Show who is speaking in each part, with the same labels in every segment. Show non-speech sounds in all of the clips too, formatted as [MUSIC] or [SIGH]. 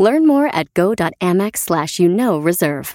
Speaker 1: Learn more at go.amex slash you know reserve.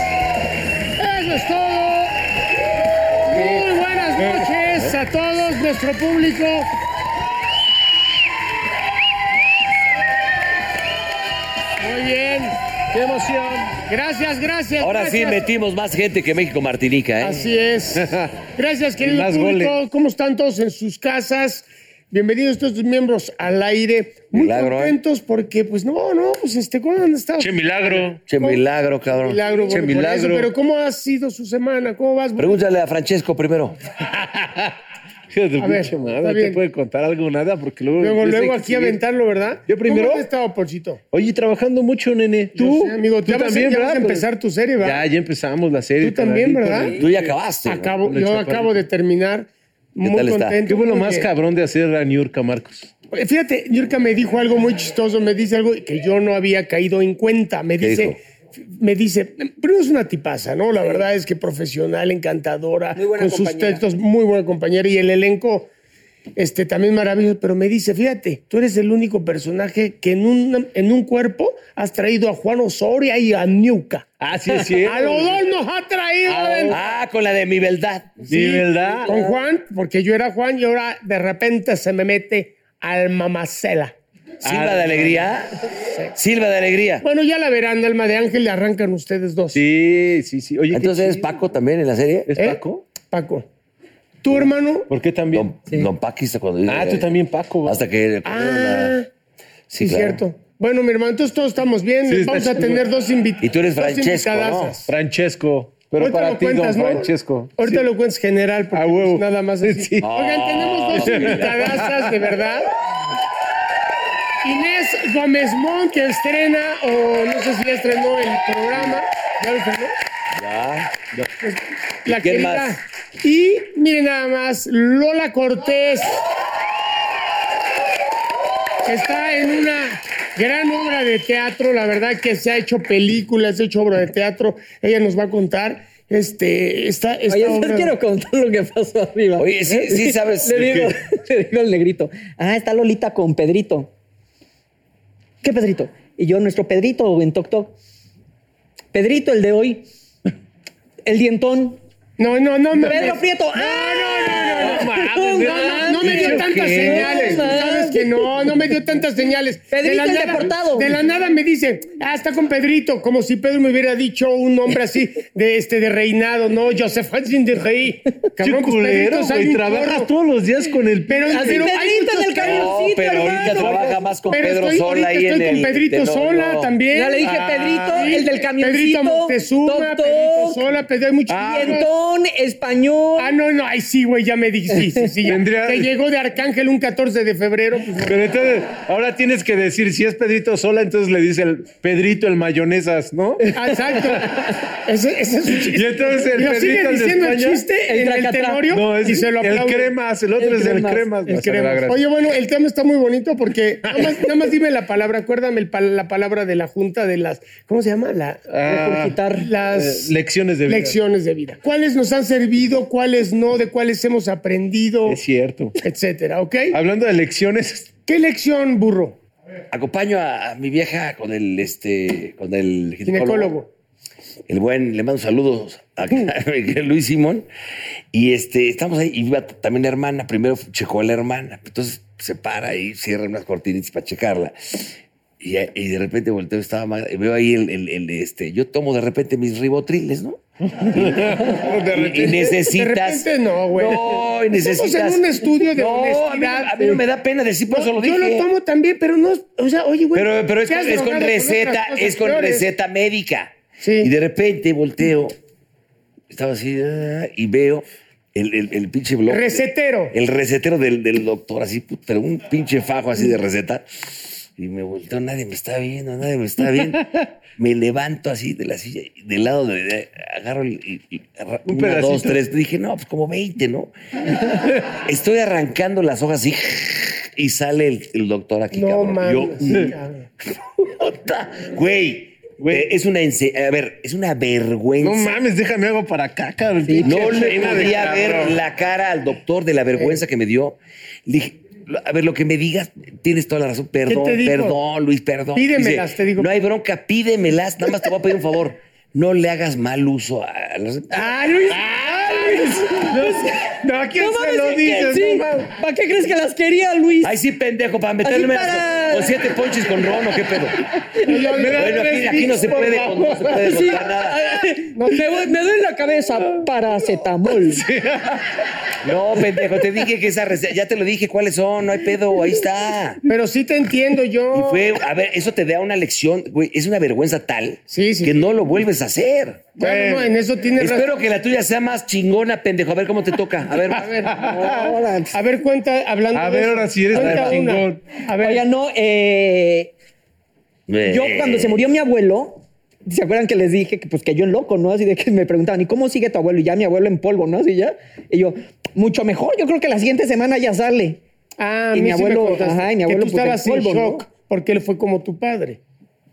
Speaker 2: Eso es todo. Muy buenas noches a todos nuestro público. Muy bien, qué emoción. Gracias, gracias.
Speaker 3: Ahora
Speaker 2: [LAUGHS]
Speaker 3: sí
Speaker 2: gracias.
Speaker 3: metimos más gente que México-Martinica, ¿eh? [LAUGHS]
Speaker 2: Así es. Gracias, querido
Speaker 3: más
Speaker 2: público.
Speaker 3: goles.
Speaker 2: ¿Cómo están todos en sus casas? Bienvenidos todos tus miembros al aire. Muy
Speaker 3: Milagro, ¿eh?
Speaker 2: contentos porque, pues, no, no, pues, este, ¿cómo han estado?
Speaker 4: Che milagro.
Speaker 3: Che milagro, cabrón.
Speaker 2: Milagro,
Speaker 3: che
Speaker 2: bueno, por eso,
Speaker 3: milagro.
Speaker 2: pero ¿cómo ha sido su semana? ¿Cómo vas?
Speaker 3: Pregúntale a Francesco primero.
Speaker 4: Fíjate,
Speaker 2: A ver,
Speaker 4: pinche madre,
Speaker 2: está
Speaker 4: no
Speaker 2: bien.
Speaker 4: te puede contar algo nada porque luego.
Speaker 2: Luego,
Speaker 4: empieza
Speaker 2: luego
Speaker 4: que
Speaker 2: aquí
Speaker 4: sigue.
Speaker 2: aventarlo, ¿verdad?
Speaker 4: Yo primero.
Speaker 2: ¿Cómo has estado, Ponchito?
Speaker 4: Oye, trabajando mucho, nene. Tú,
Speaker 2: Yo sé, amigo,
Speaker 4: tú
Speaker 2: ya vas a-
Speaker 4: también,
Speaker 2: ya vas
Speaker 4: ¿verdad?
Speaker 2: a empezar tu serie, ¿verdad?
Speaker 4: Ya, ya empezamos la serie.
Speaker 2: Tú también,
Speaker 4: carnalito,
Speaker 2: ¿verdad?
Speaker 4: ¿eh?
Speaker 3: Tú ya acabaste. ¿no?
Speaker 2: Acabo,
Speaker 4: Con el
Speaker 2: yo
Speaker 4: chaparrito.
Speaker 2: acabo de terminar muy
Speaker 3: tal está?
Speaker 2: contento.
Speaker 4: ¿Qué fue lo
Speaker 2: porque-
Speaker 4: más cabrón de hacer a Niurka, Marcos?
Speaker 2: Oye, Fíjate, Yurka me dijo algo muy chistoso, me dice algo que yo no había caído en cuenta. Me
Speaker 3: ¿Qué
Speaker 2: dice,
Speaker 3: dijo?
Speaker 2: me dice, primero es una tipaza, ¿no? La verdad es que profesional, encantadora, con sus textos, muy buena compañera y el elenco este, también maravilloso. Pero me dice, fíjate, tú eres el único personaje que en un, en un cuerpo has traído a Juan Osoria y a Niuca.
Speaker 4: Ah, sí, es
Speaker 2: [LAUGHS]
Speaker 4: cierto.
Speaker 2: A los dos nos ha traído. en-
Speaker 3: Ah, con la de mi beldad.
Speaker 4: Sí, ¿verdad?
Speaker 2: con Juan, porque yo era Juan y ahora de repente se me mete al mamacela.
Speaker 3: Silva
Speaker 2: Ah,
Speaker 3: de alegría. Silva de alegría.
Speaker 2: Bueno, ya la verán, alma de ángel, le arrancan ustedes dos.
Speaker 4: Sí, sí, sí. Oye, qué
Speaker 3: Entonces eres
Speaker 4: chido.
Speaker 3: Paco también en la serie.
Speaker 4: ¿Es
Speaker 2: ¿Eh?
Speaker 4: Paco? Pues,
Speaker 2: Paco. ¿Tu hermano?
Speaker 4: ¿Por qué también?
Speaker 3: Don, Don Paquista cuando
Speaker 4: Ah, tú también, Paco.
Speaker 3: Hasta que le corrieron
Speaker 2: Ah,
Speaker 3: la-
Speaker 2: sí,
Speaker 3: claro.
Speaker 2: cierto. Bueno, mi hermano, entonces todos estamos bien.
Speaker 4: Sí, está
Speaker 2: Vamos a
Speaker 4: chingón.
Speaker 2: tener dos invitados.
Speaker 3: Y tú eres Francesco, ¿no?
Speaker 4: Francesco. Pero
Speaker 2: Ahorita
Speaker 4: para
Speaker 2: lo
Speaker 4: ti,
Speaker 2: cuentas,
Speaker 4: don
Speaker 2: ¿no?
Speaker 4: Francesco.
Speaker 2: Ahorita lo cuentas general, porque
Speaker 4: A huevo.
Speaker 2: pues nada más así.
Speaker 4: Sí.
Speaker 2: Oigan, tenemos dos
Speaker 3: sí.
Speaker 2: invitadasas, de verdad. Inés Gómez Mont, que estrena, o no sé si ya estrenó el programa. ¿Ya lo estrenó?
Speaker 3: Ya.
Speaker 2: La
Speaker 3: quién
Speaker 2: querida.
Speaker 3: más?
Speaker 2: Y miren nada más, Lola Cortés. que Está en una gran obra de teatro, la verdad que se ha hecho películas, se ha hecho obra de teatro. Ella nos va a contar este, esta, esta
Speaker 5: Oye,
Speaker 2: obra.
Speaker 5: yo quiero contar lo que pasó arriba.
Speaker 3: Oye, sí- sí sabes.
Speaker 5: Le digo, [LAUGHS] le digo al negrito, ah, está Lolita con Pedrito. ¿Qué Pedrito? Y yo, nuestro Pedrito en Toc Toc. Pedrito, el de hoy. El dientón.
Speaker 2: No, no, no. me-
Speaker 5: Pedro Prieto. ¡Ah!
Speaker 2: No, no, no, no, no.
Speaker 5: No,
Speaker 2: No, no, no me dio tantas
Speaker 5: ¿Qué?
Speaker 2: señales.
Speaker 5: No,
Speaker 2: Sabes que no, no me dio tantas señales.
Speaker 5: Pedrito el
Speaker 2: nada,
Speaker 5: deportado.
Speaker 2: De la nada me dice, ah, está con Pedrito, como si Pedro me hubiera dicho un nombre así de este de reinado, no, Joseph Hansen de Rey. Cabrón,
Speaker 4: Qué
Speaker 2: pues,
Speaker 4: culero,
Speaker 2: Pedrito sale
Speaker 4: güey.
Speaker 2: un
Speaker 4: Trabajas
Speaker 2: chorro.
Speaker 4: todos los días con el
Speaker 2: Pero,
Speaker 4: perro.
Speaker 5: Así
Speaker 2: pero hay
Speaker 5: Pedrito
Speaker 2: muchas-
Speaker 5: en el camioncito,
Speaker 3: pero ahorita
Speaker 5: hermano.
Speaker 3: trabaja más con
Speaker 2: Pero
Speaker 3: Pedro
Speaker 2: estoy,
Speaker 3: Sola
Speaker 2: ahorita
Speaker 3: ahí
Speaker 2: estoy
Speaker 3: en
Speaker 2: con
Speaker 3: el-
Speaker 2: Pedrito
Speaker 3: de- no,
Speaker 2: Sola
Speaker 3: no.
Speaker 2: también. Ah,
Speaker 5: Ya le dije Pedrito, el del
Speaker 2: Pedrito
Speaker 5: camioncito.
Speaker 2: Moctezuma,
Speaker 5: Toc, toc.
Speaker 2: Pedrito Sola, Pedro, hay muchos.
Speaker 3: Ah,
Speaker 5: Dientón, español.
Speaker 2: Ah, no, no, ay sí, güey, ya me dijiste. Sí, sí, sí, ya.
Speaker 4: Tendría-
Speaker 2: Que llegó de Arcángel un 14 de febrero. pues,
Speaker 4: Pero entonces, ahora tienes que decir, si es Pedrito Sola, entonces le dice el Pedrito el mayonesas, ¿no?
Speaker 2: Ah, Exacto. Ese, ese es un chiste.
Speaker 4: Y entonces el
Speaker 2: Lo sigue
Speaker 4: perrito de
Speaker 2: diciendo el
Speaker 4: España,
Speaker 2: chiste
Speaker 5: el
Speaker 2: en el
Speaker 5: tracatrá.
Speaker 2: tenorio
Speaker 4: No, es
Speaker 2: y se lo
Speaker 4: el
Speaker 2: aplaude.
Speaker 4: cremas, el otro
Speaker 5: El
Speaker 4: es el
Speaker 5: cremas,
Speaker 4: cremas.
Speaker 2: El
Speaker 4: O sea,
Speaker 2: cremas.
Speaker 4: la gracia.
Speaker 2: Oye, bueno, el tema está muy bonito
Speaker 4: [LAUGHS]
Speaker 2: porque nada más, nada más dime la palabra, acuérdame el pal- la palabra de la junta de las, ¿cómo se llama? La,
Speaker 4: Ah,
Speaker 5: Regurgitar.
Speaker 2: las
Speaker 4: eh, lecciones de vida.
Speaker 2: lecciones de vida. ¿Cuáles nos han servido? ¿Cuáles no? ¿De cuáles hemos aprendido?
Speaker 4: es cierto.
Speaker 2: Etcétera, ¿ok?
Speaker 4: Hablando de lecciones,
Speaker 2: ¿Qué lección, burro?
Speaker 3: Acompaño a, a mi vieja con el este con el
Speaker 2: Ginecólogo.
Speaker 3: El buen, le mando saludos [LAUGHS] a Luis Simón. Y este, estamos ahí, y iba también la hermana, primero checó a la hermana. Entonces se para y cierra unas cortinitas para checarla. Y, y de repente volteo, estaba Magda, y veo ahí el, el- el, este, yo tomo de repente mis ribotriles,
Speaker 2: [LAUGHS]
Speaker 3: ¿no?
Speaker 2: De
Speaker 3: Y necesitas.
Speaker 2: De repente no, güey.
Speaker 3: No, y necesitas.
Speaker 2: Estamos en un estudio de
Speaker 3: no, a mí,
Speaker 2: honestidad.
Speaker 3: a mí no me da pena decir, por eso lo
Speaker 2: Yo
Speaker 3: dije.
Speaker 2: lo tomo también, pero no, o sea, oye, güey.
Speaker 3: Pero, pero es,
Speaker 2: te
Speaker 3: con,
Speaker 2: has
Speaker 3: es con
Speaker 2: drogado
Speaker 3: receta,
Speaker 2: otras cosas
Speaker 3: es con
Speaker 2: peores.
Speaker 3: receta médica.
Speaker 2: Sí.
Speaker 3: Y de repente volteo, estaba así, ah, y veo el, el- el pinche blog.
Speaker 2: Recetero.
Speaker 3: El recetero del, del doctor, así, put- pero un pinche fajo así de receta. Y me volteo, nadie me está viendo, nadie me está
Speaker 2: [LAUGHS]
Speaker 3: viendo. me levanto así de la silla, y del lado de, de- agarro el- y- y arra-
Speaker 4: Un
Speaker 3: una,
Speaker 4: pedacito.
Speaker 3: dos, tres. Dije, no, pues como 20,
Speaker 2: [LAUGHS]
Speaker 3: ¿no? Estoy arrancando las hojas así. Y sale el, el doctor aquí,
Speaker 2: No
Speaker 3: cabrón.
Speaker 2: mames.
Speaker 3: Yo, mm.
Speaker 2: sí, cabrón.
Speaker 3: Puta, Güey, eh, es una ense- a ver, es una vergüenza.
Speaker 4: No
Speaker 3: No,
Speaker 4: mames, déjame algo para acá, cabrón. Pinche
Speaker 3: le
Speaker 4: pena de
Speaker 3: podía ver
Speaker 4: cabrón.
Speaker 3: la cara al doctor de la vergüenza que me dio. Le dije, "Lo- a ver, lo que me digas, tienes toda la razón. Perdón,
Speaker 2: te dijo?
Speaker 3: perdón, Luis, perdón.
Speaker 2: Pídemelas, te digo.
Speaker 3: No hay bronca, pídemelas. Nada más te voy a pedir un favor. No le hagas mal uso a las-
Speaker 2: ¡Ah, Luis! ¡Ah, Luis! No, ¿a quién
Speaker 5: No
Speaker 2: se
Speaker 5: mames,
Speaker 2: lo
Speaker 5: es que
Speaker 2: dices?
Speaker 5: sí.
Speaker 2: No mames.
Speaker 5: ¿Para qué crees que las quería, Luis?
Speaker 3: Ay, sí, pendejo, para meterme
Speaker 5: Así para-
Speaker 3: a- con siete ponches con ron o qué pedo.
Speaker 2: Me da
Speaker 3: Bueno, aquí,
Speaker 2: tres
Speaker 3: aquí no se
Speaker 2: bits, por
Speaker 3: puede,
Speaker 2: favor.
Speaker 3: con- no se puede
Speaker 5: Sí. [LAUGHS]
Speaker 3: contar nada.
Speaker 5: me, voy- me duele la
Speaker 2: [LAUGHS]
Speaker 5: cabeza paracetamol.
Speaker 3: No, pendejo, te dije que esa receta, ya te lo dije cuáles son, no hay pedo, ahí está.
Speaker 2: Pero sí te entiendo
Speaker 3: Y
Speaker 2: yo.
Speaker 3: fue, a ver, eso te da una lección, güey, es una vergüenza tal
Speaker 2: Sí, sí.
Speaker 3: que no lo vuelves a hacer.
Speaker 2: Bueno, no, en eso tienes
Speaker 3: Espero que la tuya sea más chingona, pendejo. A ver cómo te toca. A ver,
Speaker 2: razón. [LAUGHS] A ver, a ver, cuenta, hablando
Speaker 4: A
Speaker 2: de
Speaker 4: ver,
Speaker 2: eso,
Speaker 4: ahora sí eres
Speaker 2: cuenta
Speaker 4: tan
Speaker 2: una.
Speaker 4: chingón.
Speaker 2: A ver,
Speaker 5: Oigan, no, eh, Yo
Speaker 3: Eh,
Speaker 5: cuando se murió mi abuelo, ¿se acuerdan que les dije que pues que yo en loco, no? Así de que [LAUGHS] me preguntaban, ¿y cómo sigue tu abuelo? Y ya mi abuelo en polvo, ¿no? Así ya. Y yo, mucho mejor, yo creo que la siguiente semana ya sale.
Speaker 2: ah,
Speaker 5: y
Speaker 2: mi
Speaker 5: mi
Speaker 2: abuelo,
Speaker 5: abuelo- ajá, y mi abuelo,
Speaker 2: que tú
Speaker 5: pues, en
Speaker 2: estabas en
Speaker 5: polvo, ¿no?
Speaker 2: shock porque él fue como tu padre.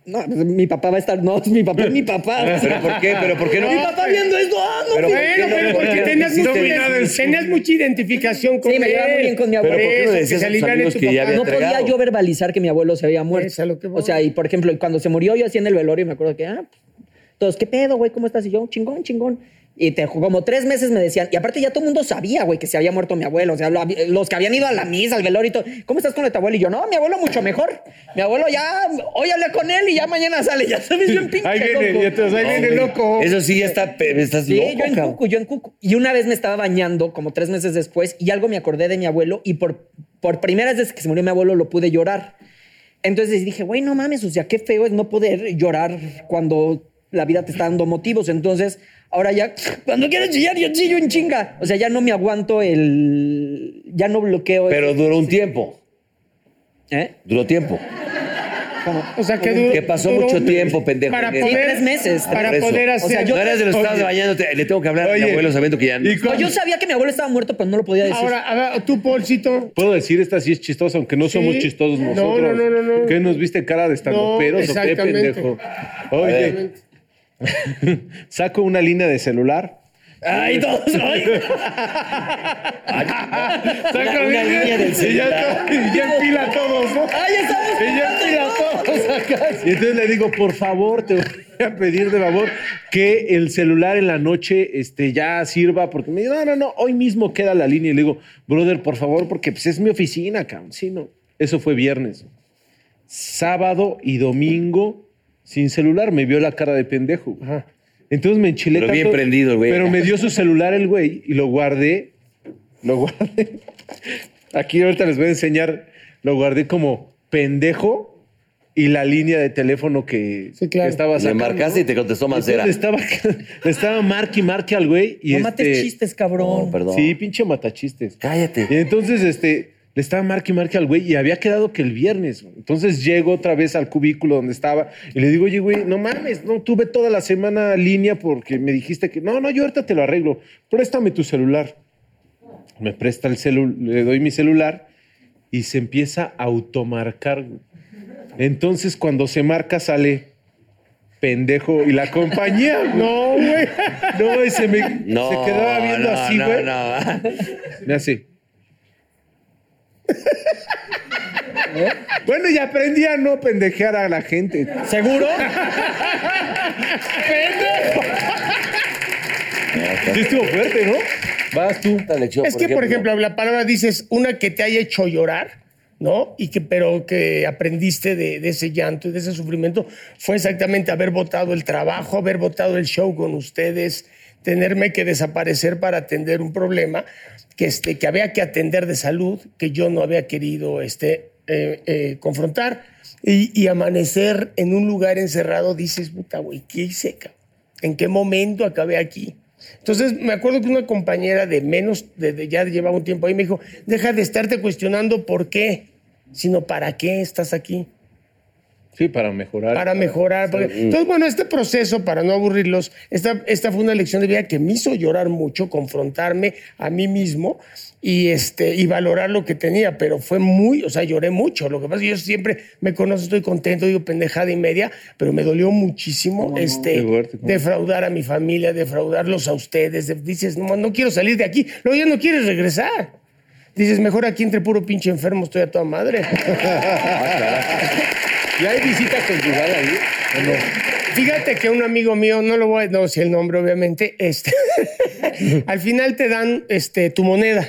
Speaker 5: No, pues, mi papá va a estar, no, [LAUGHS] mi papá es mi papá.
Speaker 3: ¿Pero por qué? ¿Pero por qué no?
Speaker 5: mi papá viendo esto, ah, no,
Speaker 3: Pero-
Speaker 5: fui-
Speaker 2: Bueno,
Speaker 3: no-
Speaker 2: pero
Speaker 3: por qué [LAUGHS]
Speaker 2: porque
Speaker 3: no
Speaker 2: tenías,
Speaker 3: hiciste
Speaker 2: mucha-
Speaker 3: nada
Speaker 4: de eso?
Speaker 2: tenías mucha identificación con
Speaker 5: Sí, me
Speaker 2: él.
Speaker 5: llevaba muy bien con mi abuelo.
Speaker 3: ¿Pero por qué no
Speaker 2: Eso,
Speaker 3: le
Speaker 2: que
Speaker 3: decías
Speaker 2: se
Speaker 3: a tus
Speaker 2: aliviane
Speaker 3: amigos
Speaker 2: tu
Speaker 3: que ya
Speaker 2: papá.
Speaker 3: había
Speaker 5: no podía
Speaker 3: entregado?
Speaker 5: yo verbalizar que mi abuelo se había muerto.
Speaker 2: Es a lo que voy.
Speaker 5: o sea, y por ejemplo, cuando se murió, yo así en el velorio me acuerdo que, ah, pues, todos, ¿qué pedo, güey? ¿Cómo estás? Y yo, chingón, chingón. Y te, como tres meses me decían, y aparte ya todo el mundo sabía, güey, que se había muerto mi abuelo. O sea, lo hab- los que habían ido a la misa, al velorio y todo, ¿cómo estás con el tu abuelo? Y yo, no, mi abuelo mucho mejor. Mi abuelo ya, hoy hablé con él y ya mañana sale, ya sabes, yo en pinche
Speaker 4: [LAUGHS] Ahí viene,
Speaker 5: loco.
Speaker 4: y entonces ahí
Speaker 3: No,
Speaker 4: viene
Speaker 3: güey.
Speaker 4: loco.
Speaker 3: Eso sí, ya está, pe- estás
Speaker 5: Sí,
Speaker 3: loco,
Speaker 5: yo en
Speaker 3: cabrón.
Speaker 5: Cucu, yo en Cucu. Y una vez me estaba bañando, como tres meses después, y algo me acordé de mi abuelo, y por, por primera vez que se murió mi abuelo lo pude llorar. Entonces dije, güey, no mames, o sea, qué feo es no poder llorar cuando la vida te está dando motivos. Entonces, ahora ya, cuando quiero chillar, yo chillo en chinga. O sea, ya no me aguanto el. Ya no bloqueo.
Speaker 3: Pero duró un tiempo.
Speaker 5: ¿Eh?
Speaker 3: Duró tiempo.
Speaker 5: ¿Cómo?
Speaker 2: O sea, que duro.
Speaker 3: Que pasó mucho tiempo, pendejo, ¿eh?
Speaker 2: Para
Speaker 3: en eso.
Speaker 2: poder,
Speaker 5: Sí, tres meses,
Speaker 2: Para
Speaker 3: Por eso.
Speaker 2: poder
Speaker 3: O
Speaker 2: hacer.
Speaker 3: sea, yo no eres de los estados de bañándote. Le tengo que hablar a mi
Speaker 4: Oye.
Speaker 3: abuelo sabiendo que ya no.
Speaker 4: Y cu-
Speaker 5: No, yo sabía que mi abuelo estaba muerto, pero no lo podía decir.
Speaker 2: Ahora, a ver, tú, Polcito.
Speaker 4: Puedo decir, esta sí es chistosa, aunque no somos
Speaker 2: Sí.
Speaker 4: chistosos
Speaker 2: No,
Speaker 4: nosotros.
Speaker 2: no, no, no, no.
Speaker 4: ¿Qué nos viste cara de estandoperos
Speaker 2: No,
Speaker 4: o qué,
Speaker 2: exactamente.
Speaker 4: pendejo? Oye, saco una línea de celular. [LAUGHS]
Speaker 3: Ay, todos. Ay.
Speaker 4: Saco
Speaker 3: una línea del celular.
Speaker 4: Y ya, está- y ya en pila todos, ¿no?
Speaker 5: ¡Ay, ya estamos!
Speaker 4: Y ya fui a todos acá. Y entonces le digo, por favor, te voy a pedir de favor que el celular en la noche este, ya sirva, porque me dice, no, no, no, hoy mismo queda la línea. Y le digo, brother, por favor, porque pues, es mi oficina, cabrón. Sí, no. Eso fue viernes. Sábado y domingo sin celular. Me vio la cara de pendejo. güey. Entonces me enchilé
Speaker 3: Pero bien
Speaker 4: tanto,
Speaker 3: prendido el güey.
Speaker 4: Pero me dio su celular el güey y lo guardé. Lo guardé. Aquí ahorita les voy a enseñar. Lo guardé como pendejo y la línea de teléfono que,
Speaker 2: Sí, claro.
Speaker 4: que estaba
Speaker 3: Le
Speaker 4: sacando.
Speaker 3: marcaste y te contestó
Speaker 4: Entonces
Speaker 3: Mancera.
Speaker 4: le estaba, [LAUGHS] le estaba marque y marque al güey. Y
Speaker 5: No mates
Speaker 4: este-
Speaker 5: chistes, cabrón.
Speaker 3: No, perdón.
Speaker 4: Sí, pinche matachistes. Y
Speaker 3: Cállate.
Speaker 4: entonces, este, le estaba marque y marque al güey y había quedado que el viernes. güey. Entonces llego otra vez al cubículo donde estaba y le digo, oye, güey, no mames, no tuve toda la semana línea porque me dijiste que, no, no, yo ahorita te lo arreglo. Préstame tu celular. Me presta el celular, le doy mi celular y se empieza a automarcar, güey. Entonces, cuando se marca, sale pendejo y la compañía. [LAUGHS] No, güey. No, y se me
Speaker 3: No.
Speaker 4: se quedaba viendo
Speaker 3: no,
Speaker 4: así,
Speaker 3: no,
Speaker 4: güey.
Speaker 3: no.
Speaker 4: Me hace. Bueno, y aprendí a no pendejear a la gente.
Speaker 5: ¿Seguro?
Speaker 4: Sí estuvo fuerte, ¿no?
Speaker 3: Vas tú. Esta lección,
Speaker 2: Es que, por ejemplo, la palabra dices una que te haya hecho llorar, ¿no? Y que, pero que aprendiste de, de ese llanto y de ese sufrimiento fue exactamente haber votado el trabajo, haber votado el show con ustedes, tenerme que desaparecer para atender un problema que, este, que había que atender de salud, que yo no había querido este, eh, eh, confrontar. Y, y amanecer en un lugar encerrado, dices, puta, güey, ¿qué hice, cabrón? ¿En qué momento acabé aquí? Entonces, me acuerdo que una compañera de menos, de, de- ya llevaba un tiempo ahí, me dijo, deja de estarte cuestionando por qué, sino para qué estás aquí,
Speaker 4: Sí, para mejorar.
Speaker 2: para mejorar. porque-". Entonces, bueno, este proceso, para no aburrirlos, esta, esta fue una lección de vida que me hizo llorar mucho, confrontarme a mí mismo y, este, y valorar lo que tenía, pero fue muy, o sea, lloré mucho. Lo que pasa es que yo siempre me conozco, estoy contento, digo pendejada y media, pero me dolió muchísimo este,
Speaker 4: Qué fuerte, cómo no.
Speaker 2: defraudar a mi familia, defraudarlos a ustedes. de- dices, no, no quiero salir de aquí. Luego ya no quieres regresar. Dices, mejor aquí entre puro pinche enfermo estoy a toda madre.
Speaker 4: Ah, ¿Y hay visita conyugal ahí? ¿O no?
Speaker 2: Fíjate que un amigo mío, no lo voy a no decir el nombre, obviamente, este, [LAUGHS] al final te dan este, tu moneda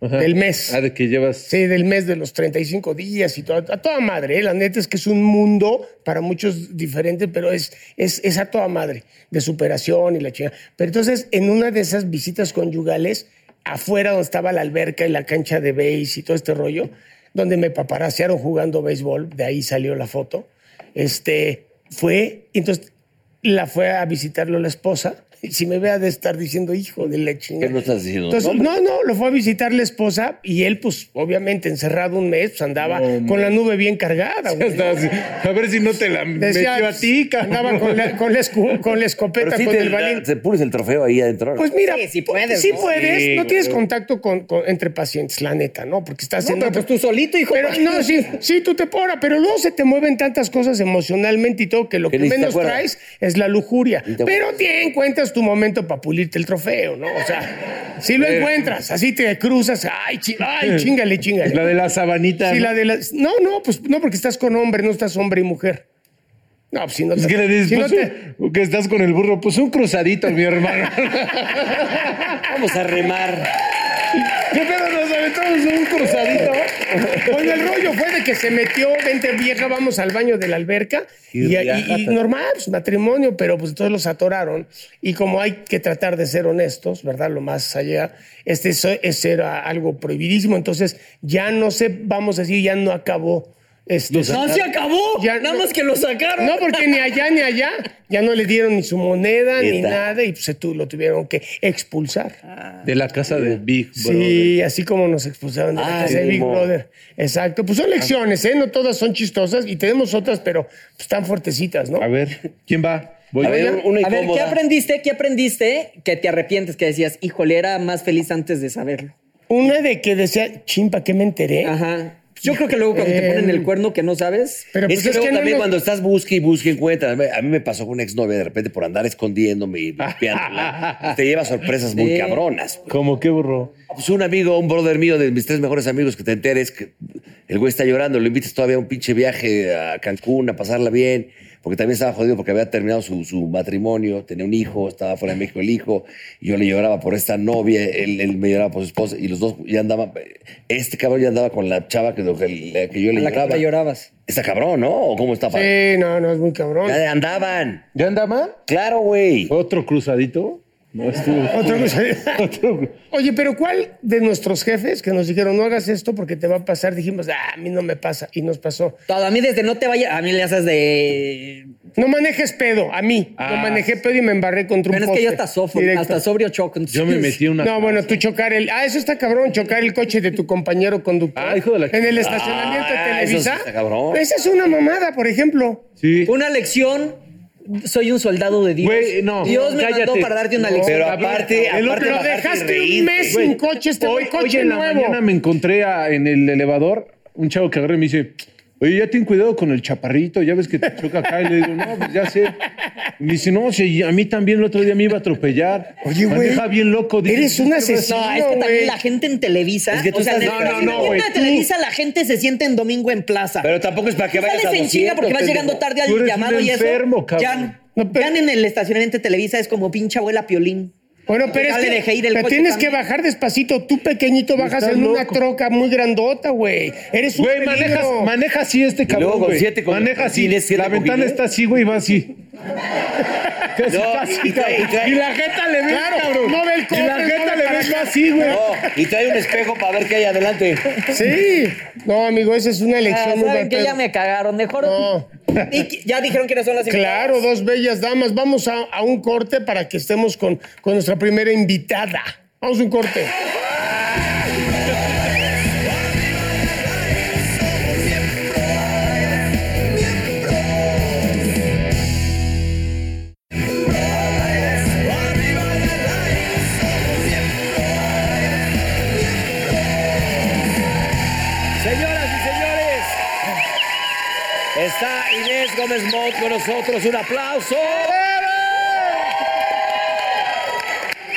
Speaker 4: Ajá.
Speaker 2: del mes.
Speaker 4: Ah, de que llevas.
Speaker 2: Sí, del mes de los 35 días y todo, a toda madre. ¿eh? La neta es que es un mundo para muchos diferente, pero es, es, es a toda madre de superación y la chingada. Pero entonces, en una de esas visitas conyugales, afuera donde estaba la alberca y la cancha de béis y todo este rollo, donde me paparasearon jugando béisbol, de ahí salió la foto, este, fue, y entonces la fue a visitarlo la esposa. Y si me vea de estar diciendo, hijo de la chingada.
Speaker 3: ¿Qué no estás diciendo?
Speaker 2: Entonces,
Speaker 3: Nombre.
Speaker 2: no, no, lo fue a visitar la esposa y él, pues, obviamente, encerrado un mes, pues, andaba con la nube bien cargada. güey.
Speaker 4: Hasta así, A ver si no te la metió a ti, cabrón.
Speaker 2: andaba con la, con la escu- con la escopeta,
Speaker 3: Pero sí
Speaker 2: con
Speaker 3: te,
Speaker 2: el balín.
Speaker 3: da- te pones el trofeo ahí adentro. ¿no?
Speaker 2: Pues mira,
Speaker 5: Sí, sí puedes,
Speaker 2: sí
Speaker 5: ¿no?
Speaker 2: puedes,
Speaker 4: Sí,
Speaker 2: no
Speaker 4: güey.
Speaker 2: tienes contacto con, con- entre pacientes, la neta, ¿no? Porque estás en
Speaker 5: pero
Speaker 2: otro-
Speaker 5: pues tú solito, hijo.
Speaker 2: pero no, sí, sí, tú te poras, pero luego se te mueven tantas cosas emocionalmente y todo que lo
Speaker 3: Que
Speaker 2: que
Speaker 3: ni te
Speaker 2: menos
Speaker 3: acuerdas.
Speaker 2: traes es la lujuria.
Speaker 3: Ni te
Speaker 2: Pero
Speaker 3: acuerdas.
Speaker 2: te encuentras tu momento para pulirte el trofeo, ¿no? O sea, si lo encuentras, así te cruzas, ay, chi- ay chingale, chingale.
Speaker 4: La de la sabanita.
Speaker 2: Sí,
Speaker 4: ¿no?
Speaker 2: la de las- No, no, pues no, porque estás con hombre, no estás hombre y mujer. No, pues si no
Speaker 4: Es que le dices,
Speaker 2: si no
Speaker 4: pues,
Speaker 2: te-
Speaker 4: un- que estás con el burro, pues un cruzadito, mi hermano.
Speaker 3: Vamos a remar.
Speaker 4: [LAUGHS] ¿Qué pedo nos aventamos un cruzadito?
Speaker 2: Bueno, el rollo fue de que se metió, vente vieja, vamos al baño de la alberca.
Speaker 3: Y
Speaker 2: Y, y-
Speaker 3: relájate.
Speaker 2: y normal, pues matrimonio, pero pues todos los atoraron. Y como hay que tratar de ser honestos, ¿verdad? Lo más allá, este eso, eso era algo prohibidísimo. Entonces, ya no sé, vamos a decir, ya no acabó. Este,
Speaker 5: No se acabó.
Speaker 2: Ya,
Speaker 5: Nada
Speaker 2: no.
Speaker 5: más que lo sacaron.
Speaker 2: No, porque ni allá ni allá ya no le dieron ni su moneda ni
Speaker 3: Neta.
Speaker 2: nada y pues se tu- lo tuvieron que expulsar.
Speaker 4: De la casa de Big
Speaker 2: Sí, así como nos expulsaron de la
Speaker 3: Ah,
Speaker 2: casa de
Speaker 3: ni
Speaker 2: Big
Speaker 3: modo.
Speaker 2: Brother. Exacto. Pues son lecciones, ¿eh? No todas son chistosas y tenemos otras, pero pues, tan fuertecitas, ¿no?
Speaker 4: A ver, ¿quién va? Voy
Speaker 3: A ver, una
Speaker 5: [LAUGHS] A ver, ¿qué
Speaker 3: incómoda.
Speaker 5: aprendiste? ¿Qué aprendiste que te arrepientes? Que decías, híjole, era más feliz antes de saberlo.
Speaker 2: Una de que decía, chimpa, que me enteré.
Speaker 5: Ajá. Yo creo que luego cuando te ponen el cuerno que no sabes.
Speaker 2: Em, Pero pues
Speaker 3: es que luego
Speaker 2: no
Speaker 3: también
Speaker 2: nos-
Speaker 3: cuando estás busque y busque encuentras. A mí- A mí me pasó con una exnovia de repente por andar escondiéndome y limpiándola. Te lleva sorpresas muy
Speaker 5: Sí.
Speaker 3: cabronas.
Speaker 4: ¿Cómo qué burro?
Speaker 3: Pues un amigo, un brother mío, de mis tres mejores amigos que te enteres que el güey está llorando, lo invitas todavía a un pinche viaje a Cancún, a pasarla bien, porque también estaba jodido porque había terminado su, su matrimonio, tenía un hijo, estaba fuera de México el hijo, y yo le lloraba por esta novia, él, él me lloraba por su esposa, y los dos ya andaban, este cabrón ya andaba con la chava que, que- que yo
Speaker 5: a
Speaker 3: le
Speaker 5: la que
Speaker 3: lloraba.
Speaker 5: te llorabas.
Speaker 3: Está cabrón, ¿no? ¿O cómo está? padre?
Speaker 2: Sí, no, no, es muy cabrón.
Speaker 3: Ya andaban.
Speaker 4: ¿Ya andaba?
Speaker 3: Claro, güey.
Speaker 5: Oh,
Speaker 4: ¿Otro cruzadito? No estuvo.
Speaker 2: Otra cosa.
Speaker 4: [LAUGHS] Otro-
Speaker 2: Oye, pero ¿cuál de nuestros jefes que nos dijeron no hagas esto porque te va a pasar? Dijimos, ah, a mí no me pasa. Y nos pasó.
Speaker 5: Todo, a mí desde no te vayas, a mí le haces de...
Speaker 2: No manejes pedo, a mí.
Speaker 4: Ah.
Speaker 2: No manejé pedo y me embarré contra un
Speaker 5: Pero es que ya
Speaker 2: poste.
Speaker 5: está sofo,
Speaker 2: Directo.
Speaker 5: hasta sobrio choco. entonces-
Speaker 4: Yo me metí una.
Speaker 2: No, bueno, tú chocar el. Ah, eso está cabrón, chocar el coche de tu compañero conductor.
Speaker 4: Ah, hijo de la
Speaker 2: En el estacionamiento
Speaker 3: Ah,
Speaker 2: de Televisa.
Speaker 3: eso sí está cabrón.
Speaker 2: Esa es una mamada, por ejemplo.
Speaker 4: Sí.
Speaker 5: Una lección, soy un soldado de Dios.
Speaker 4: Güey, no,
Speaker 5: Dios me
Speaker 4: cállate.
Speaker 5: mandó para darte una lección.
Speaker 3: Pero aparte,
Speaker 2: El
Speaker 3: aparte
Speaker 2: otro lo
Speaker 3: bajarte y
Speaker 2: dejaste
Speaker 3: reírte.
Speaker 2: un mes
Speaker 4: Güey,
Speaker 2: sin coche, este
Speaker 4: hoy,
Speaker 2: güey, coche
Speaker 4: hoy en la
Speaker 2: nuevo.
Speaker 4: mañana me encontré a- en el elevador un chavo que agarré y me dice, Oye, ya ten cuidado con el chaparrito, ya ves que te choca acá. Y le digo, no, pues ya sé. Y me dice, no, si a mí también el otro día me iba a atropellar.
Speaker 2: Oye, güey,
Speaker 4: Maneja bien loco. Dije, "Este
Speaker 2: eres un
Speaker 4: "¿Qué
Speaker 2: asesino".
Speaker 5: No, es que
Speaker 2: No, güey.
Speaker 5: también la gente en Televisa.
Speaker 3: Es que tú
Speaker 5: o sea,
Speaker 3: estás-
Speaker 5: la-
Speaker 3: no, no,
Speaker 5: la
Speaker 3: no,
Speaker 5: gente
Speaker 4: güey,
Speaker 5: en
Speaker 4: tú-
Speaker 5: Televisa, la gente se siente en domingo en plaza.
Speaker 3: Pero tampoco es para que
Speaker 5: Tú
Speaker 3: vayas a
Speaker 5: sales en chinga
Speaker 3: 200,
Speaker 5: porque vas
Speaker 3: pendejo.
Speaker 5: llegando tarde
Speaker 4: Tú
Speaker 5: al
Speaker 4: eres
Speaker 5: llamado
Speaker 4: un
Speaker 5: y eso.
Speaker 4: enfermo, cabrón.
Speaker 5: Ya,
Speaker 2: No, pero-
Speaker 5: ya en el estacionamiento de Televisa es como pinche abuela piolín.
Speaker 2: Bueno, pero
Speaker 5: Ya
Speaker 2: es
Speaker 5: le
Speaker 2: que
Speaker 5: dejé ir el
Speaker 2: te
Speaker 5: coche
Speaker 2: tienes
Speaker 5: también.
Speaker 2: que bajar despacito. Tú pequeñito bajas
Speaker 4: Estás
Speaker 2: en una
Speaker 4: loco.
Speaker 2: troca muy grandota, güey. Eres un
Speaker 4: Güey,
Speaker 2: peligro.
Speaker 4: manejas, maneja así este cabrón.
Speaker 3: luego con
Speaker 4: güey.
Speaker 3: siete con-
Speaker 4: maneja así.
Speaker 3: tienes siete
Speaker 4: La ventana
Speaker 3: cojines.
Speaker 4: está así, güey, y va
Speaker 3: [LAUGHS]
Speaker 4: así. Casi,
Speaker 3: No,
Speaker 4: casi,
Speaker 3: y trae- y trae-
Speaker 4: cabrón. Y la jeta le ve,
Speaker 2: Claro,
Speaker 4: cabrón.
Speaker 2: no ve el
Speaker 4: Y la
Speaker 2: cofre, no
Speaker 4: jeta
Speaker 2: ve
Speaker 4: le
Speaker 2: para
Speaker 4: ve
Speaker 2: acá.
Speaker 4: así, güey.
Speaker 3: No, Oh, y trae un espejo para ver qué hay adelante.
Speaker 2: Sí. No, amigo, esa es una
Speaker 5: Ah,
Speaker 2: elección muy
Speaker 5: ¿Saben
Speaker 2: buena.
Speaker 5: que ya me cagaron? Mejor.
Speaker 2: No.
Speaker 5: Y que- ya dijeron quiénes son las invitadas. [LAUGHS]
Speaker 2: Claro, dos bellas damas. Vamos a, a un corte para que estemos con, con nuestra primera invitada. Vamos a un corte.
Speaker 3: Señoras y señores, está Inés Gómez Mont con nosotros. Un aplauso.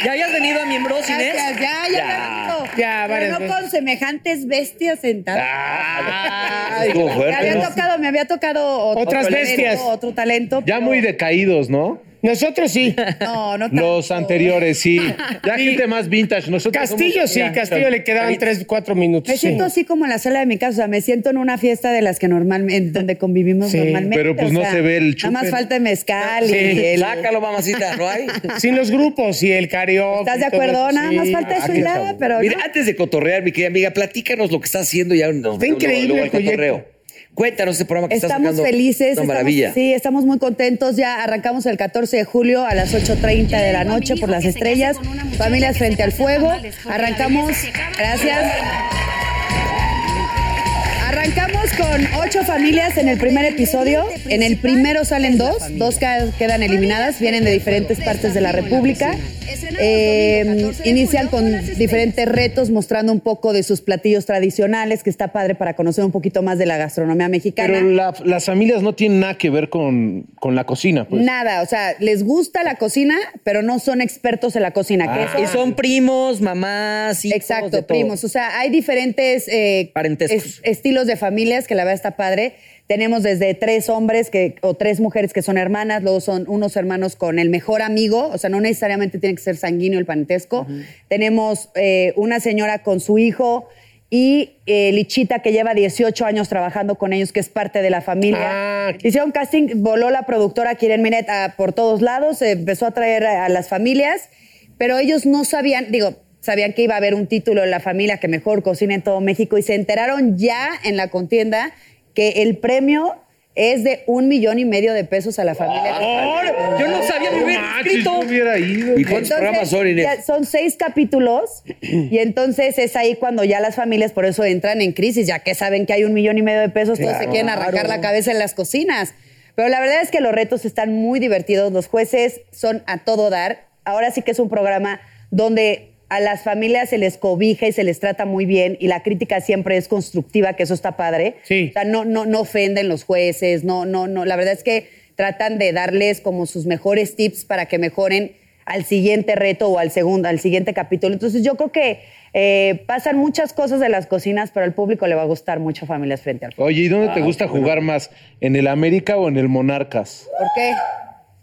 Speaker 5: ¿Ya habías venido a miembros, Inés?
Speaker 6: Gracias, ya, ya,
Speaker 3: Ya.
Speaker 6: me gustó.
Speaker 2: Ya, varias
Speaker 6: Pero no
Speaker 2: veces.
Speaker 6: con semejantes bestias sentadas.
Speaker 3: Ah, estuvo
Speaker 6: me,
Speaker 3: fuerte.
Speaker 6: había
Speaker 3: ¿no?
Speaker 6: tocado, me había tocado otro
Speaker 2: Otras
Speaker 6: talento,
Speaker 2: bestias.
Speaker 6: Otro talento.
Speaker 4: Ya
Speaker 6: pero-
Speaker 4: muy decaídos, ¿no?
Speaker 2: Nosotros sí.
Speaker 6: No, no tanto.
Speaker 4: Los anteriores, sí. Ya gente más vintage. Nosotros
Speaker 2: Castillo
Speaker 4: somos-
Speaker 2: sí,
Speaker 4: Ya,
Speaker 2: Castillo le quedaban tres, cuatro minutos.
Speaker 6: Me
Speaker 2: sí.
Speaker 6: siento así como en la sala de mi casa, o sea, me siento en una fiesta de las que normalmente, donde convivimos
Speaker 2: Sí,
Speaker 6: normalmente.
Speaker 4: pero pues
Speaker 6: o
Speaker 4: no
Speaker 6: sea,
Speaker 4: se ve el chupe.
Speaker 6: Nada más falta el mezcal y el...
Speaker 3: Sácalo, mamacita, ¿no [LAUGHS] hay?
Speaker 2: Sin los grupos y el karaoke.
Speaker 6: ¿Estás de
Speaker 2: y todo
Speaker 6: acuerdo?
Speaker 2: eso,
Speaker 6: Nada
Speaker 2: sí. Ah,
Speaker 6: más falta eso y nada, pero...
Speaker 3: Mira,
Speaker 6: no.
Speaker 3: antes de cotorrear, mi querida amiga, platícanos lo que estás haciendo ya. Está
Speaker 2: increíble el proyecto.
Speaker 3: Cuéntanos ese programa que estás
Speaker 6: Estamos
Speaker 3: sacando.
Speaker 6: felices.
Speaker 3: Una
Speaker 6: estamos-
Speaker 3: maravilla.
Speaker 6: sí, estamos muy contentos. Ya arrancamos el 14 de julio a las 8.30 de la noche por las estrellas. Familias frente al fuego. Arrancamos. Gracias. Arrancamos con ocho familias en el primer episodio. En el primero salen dos, dos ca- quedan eliminadas, vienen de diferentes partes de la República. Eh, inician con diferentes retos, mostrando un poco de sus platillos tradicionales, que está padre para conocer un poquito más de la gastronomía mexicana.
Speaker 4: Pero la- las familias no tienen nada que ver con, con la cocina, pues.
Speaker 6: Nada, o sea, les gusta la cocina, pero no son expertos en la cocina. que eso-
Speaker 5: Y son primos, mamás, hijos,
Speaker 6: Exacto,
Speaker 5: de todo.
Speaker 6: primos. O sea, hay diferentes eh,
Speaker 5: Parentescos.
Speaker 6: estilos de familias que la verdad está padre. Tenemos desde tres hombres que, o tres mujeres que son hermanas, luego son unos hermanos con el mejor amigo, o sea, no necesariamente tiene que ser sanguíneo el parentesco. Tenemos eh, una señora con su hijo y eh, Lichita que lleva 18 años trabajando con ellos, que es parte de la familia.
Speaker 2: Ah,
Speaker 6: Hicieron casting, voló la productora Kiren Minet a- por todos lados, eh, empezó a traer a, a las familias, pero ellos no sabían, digo, sabían que iba a haber un título en la familia que mejor cocina en todo México y se enteraron ya en la contienda que el premio es de un millón y medio de pesos a la familia.
Speaker 5: Yo no sabía ni hubiera
Speaker 4: manches,
Speaker 5: escrito.
Speaker 4: yo hubiera ido.
Speaker 3: ¿Y cuántos programas son, Inés?
Speaker 6: ya son seis capítulos y entonces es ahí cuando ya las familias por eso entran en crisis, ya que saben que hay un millón y medio de pesos, todos se quieren arrancar la cabeza en las cocinas. Pero la verdad es que los retos están muy divertidos, los jueces son a todo dar. Ahora sí que es un programa donde a las familias se les cobija y se les trata muy bien y la crítica siempre es constructiva, que eso está padre.
Speaker 2: Sí.
Speaker 6: O sea, no, no, no ofenden los jueces, no, no, no. La verdad es que tratan de darles como sus mejores tips para que mejoren al siguiente reto o al segundo, al siguiente capítulo. Entonces yo creo que eh, pasan muchas cosas de las cocinas, pero al público le va a gustar mucho Familias Frente al Fuego.
Speaker 4: Oye, ¿y dónde
Speaker 3: Ah,
Speaker 4: te gusta jugar más? ¿En el América o en el Monarcas?
Speaker 6: ¿Por qué?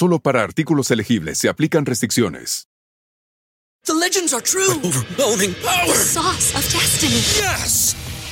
Speaker 7: Solo para artículos elegibles se aplican restricciones.
Speaker 8: The legends are true. overwhelming power! The sauce of destiny. Yes!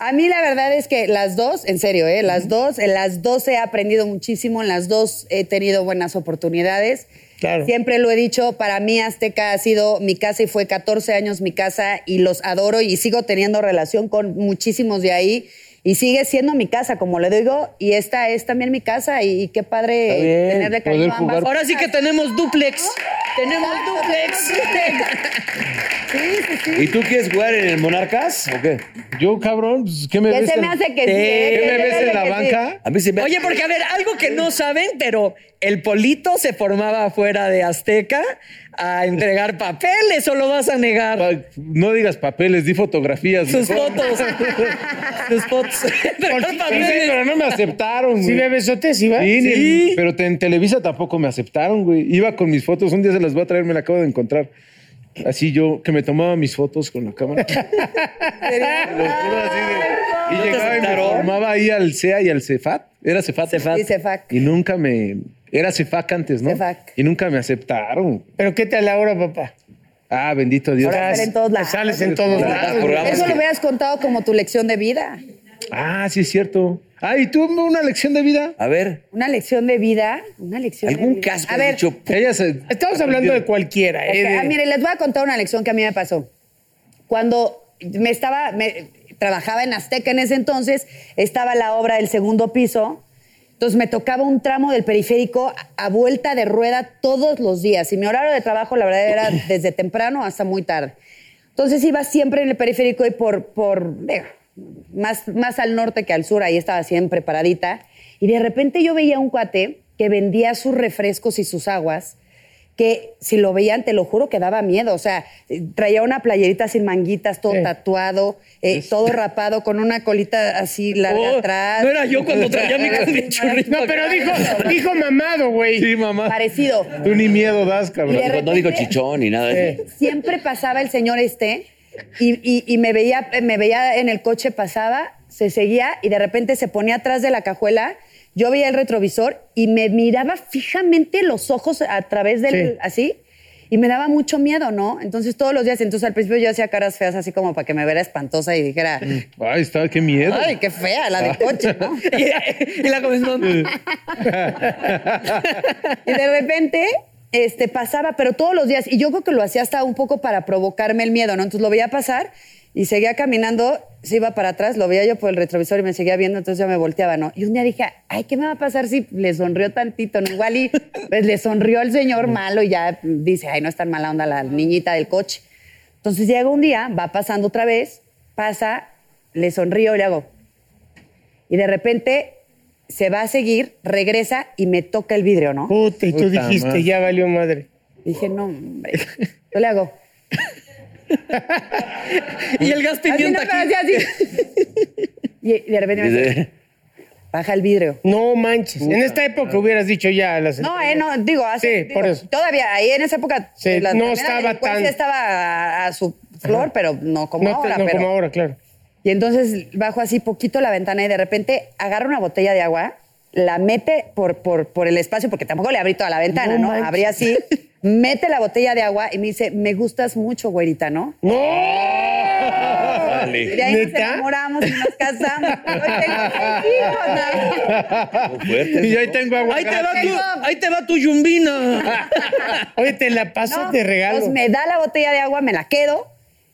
Speaker 6: A mí la verdad es que las dos, en serio, ¿eh? las dos, en las dos he aprendido muchísimo, en las dos he tenido buenas oportunidades.
Speaker 2: Claro.
Speaker 6: Siempre lo he dicho, para mí Azteca ha sido mi casa y fue 14 años mi casa y los adoro y sigo teniendo relación con muchísimos de ahí y sigue siendo mi casa, como le digo, y esta es también mi casa y, y qué padre
Speaker 4: Está bien,
Speaker 6: tenerle cariño
Speaker 4: poder
Speaker 6: a ambas.
Speaker 4: jugar.
Speaker 5: Ahora sí que tenemos duplex. Tenemos
Speaker 6: Exacto,
Speaker 5: duplex.
Speaker 4: [LAUGHS]
Speaker 6: Sí, sí, sí.
Speaker 3: ¿Y tú quieres jugar en el Monarcas o qué?
Speaker 4: Yo, cabrón, pues, ¿qué me
Speaker 6: Que
Speaker 4: ves?
Speaker 6: se
Speaker 4: en-
Speaker 6: me hace que sí.
Speaker 5: Sí,
Speaker 4: ¿Qué
Speaker 6: ¿eh? Que
Speaker 4: me
Speaker 6: se
Speaker 4: ves en
Speaker 6: hace
Speaker 4: la
Speaker 6: que sí.
Speaker 4: banca?
Speaker 3: A mí se me
Speaker 5: Oye, porque a ver, algo que no saben, pero el Polito se formaba fuera de Azteca a entregar papeles, o lo vas a negar.
Speaker 4: Pa- No digas papeles, di fotografías.
Speaker 5: Sus
Speaker 4: mejor. [LAUGHS]
Speaker 5: fotos. Sus fotos. [LAUGHS] Entregar
Speaker 4: Sí,
Speaker 5: papeles.
Speaker 4: pero no me aceptaron,
Speaker 2: Sí,
Speaker 4: güey.
Speaker 2: bebesote, sí, va.
Speaker 4: Sí, ni-
Speaker 5: Sí.
Speaker 4: pero te- en Televisa tampoco me aceptaron, güey. Iba con mis fotos, un día se las voy a traer, me la acabo de encontrar. Así yo, que me tomaba mis fotos con la cámara. Te lo juro, así de-
Speaker 5: ¿No
Speaker 4: y
Speaker 5: te
Speaker 4: llegaba y me
Speaker 5: aceptaron?
Speaker 4: formaba ahí al CEA y al CEFAT. Era CEFAT.
Speaker 6: Sí, Cefac.
Speaker 4: Y nunca me... Era CEFAC antes, ¿no?
Speaker 6: Cefac.
Speaker 4: Y nunca me aceptaron.
Speaker 2: Pero qué tal ahora, papá.
Speaker 4: Ah, bendito Dios.
Speaker 6: Ahora salen todos lados.
Speaker 2: Sales en todos
Speaker 4: Los
Speaker 2: lados.
Speaker 3: programas
Speaker 6: Eso
Speaker 3: que-
Speaker 6: lo hubieras contado como tu lección de vida.
Speaker 4: Ah, sí es cierto. Ah, ¿y tú una lección de vida?
Speaker 3: A ver,
Speaker 6: Una lección de vida. Una lección de
Speaker 3: algún
Speaker 6: vida.
Speaker 3: caso
Speaker 6: A
Speaker 3: que has
Speaker 6: ver,
Speaker 3: dicho.
Speaker 4: Ella se...
Speaker 2: Estamos hablando de cualquiera.
Speaker 6: ok,
Speaker 2: ¿eh? de-
Speaker 6: ah, mire, les voy a contar una lección que a mí me pasó. Cuando me estaba, me- trabajaba en Azteca en ese entonces, estaba la obra del segundo piso. Entonces me tocaba un tramo del periférico a a vuelta de rueda todos los días. Y mi horario de trabajo, la verdad,
Speaker 2: [COUGHS]
Speaker 6: era desde temprano hasta muy tarde. Entonces iba siempre en el periférico y por, por digo, más, más al norte que al sur, ahí estaba siempre paradita. Y de repente yo veía un cuate que vendía sus refrescos y sus aguas, que si lo veían, te lo juro que daba miedo. O sea, eh, traía una playerita sin manguitas, todo
Speaker 2: Sí.
Speaker 6: tatuado, eh, todo rapado, con una colita así larga
Speaker 5: Oh,
Speaker 6: atrás.
Speaker 5: no era yo cuando traía
Speaker 6: [LAUGHS]
Speaker 5: mi
Speaker 6: Era-
Speaker 5: carnichurri.
Speaker 2: No, pero dijo, dijo mamado, güey.
Speaker 4: Sí, mamá.
Speaker 6: Parecido.
Speaker 4: Tú ni miedo das,
Speaker 6: Y
Speaker 4: cabrón.
Speaker 6: de
Speaker 3: No digo
Speaker 6: repente-
Speaker 3: chichón ni nada. de eso.
Speaker 6: siempre pasaba el señor este y, y- y me, veía, me veía en el coche, pasaba, se seguía y de repente se ponía atrás de la cajuela. Yo veía el retrovisor y me miraba fijamente los ojos a través del.
Speaker 2: Sí.
Speaker 6: así. Y me daba mucho miedo, ¿no? Entonces todos los días, entonces al principio yo hacía caras feas así como para que me viera espantosa y dijera,
Speaker 4: Ay, está, qué miedo.
Speaker 6: ay, qué fea la de coche, ¿no?
Speaker 5: Y, y la comenzó.
Speaker 6: Y de repente este, pasaba, pero todos los días. Y yo creo que lo hacía hasta un poco para provocarme el miedo, ¿no? Entonces lo veía pasar y seguía caminando, se iba para atrás, lo veía yo por el retrovisor y me seguía viendo, entonces ya me volteaba, ¿no? Y un día dije, ay, ¿qué me va a pasar si le sonrió tantito? ¿no? Igual y pues, le sonrió el señor malo y ya dice, ay, no es tan mala onda la niñita del coche. Entonces llega un día, va pasando otra vez, pasa, le sonrío y le hago, y de repente se va a seguir, regresa y me toca el vidrio, ¿no?
Speaker 2: Puta, y tú
Speaker 4: Puta
Speaker 2: dijiste,
Speaker 4: madre.
Speaker 2: ya valió madre.
Speaker 6: Dije, no, hombre. Yo le
Speaker 2: [LAUGHS]
Speaker 6: hago.
Speaker 5: Y el gas
Speaker 6: Así no,
Speaker 5: pimienta
Speaker 6: pero
Speaker 5: aquí.
Speaker 6: así, [LAUGHS] así. Y y de repente me dice, baja el vidrio.
Speaker 2: No manches. en esta época hubieras dicho ya a las.
Speaker 6: No, eh, no, digo, hace,
Speaker 2: este Sí,
Speaker 6: digo,
Speaker 2: por eso.
Speaker 6: todavía, ahí en esa época
Speaker 2: Sí,
Speaker 6: la
Speaker 2: no
Speaker 6: primera
Speaker 2: estaba
Speaker 6: delincuencia
Speaker 2: tan-
Speaker 6: estaba a, a su flor, pero no como
Speaker 2: No te-
Speaker 6: ahora.
Speaker 2: no
Speaker 6: pero-
Speaker 2: como ahora, claro.
Speaker 6: Y entonces bajo así poquito la ventana y de repente agarra una botella de agua, la mete por, por, por el espacio, porque tampoco le abrí toda la ventana, ¿no? Abrí así, mete la botella de agua y me dice, me gustas mucho, güerita, ¿no?
Speaker 2: ¡No!
Speaker 6: Y de ahí nos
Speaker 2: ¿Neta?
Speaker 6: enamoramos y nos casamos. Hoy tengo seis hijos, ¿no?
Speaker 3: Muy
Speaker 4: [LAUGHS]
Speaker 3: fuerte.
Speaker 4: Y ahí tengo agua.
Speaker 5: Ahí te va tu, ahí te va
Speaker 4: [LAUGHS]
Speaker 5: tu yumbina.
Speaker 2: Oye, te la pasas
Speaker 6: No,
Speaker 2: de regalo.
Speaker 6: Pues me da la botella de agua, me la quedo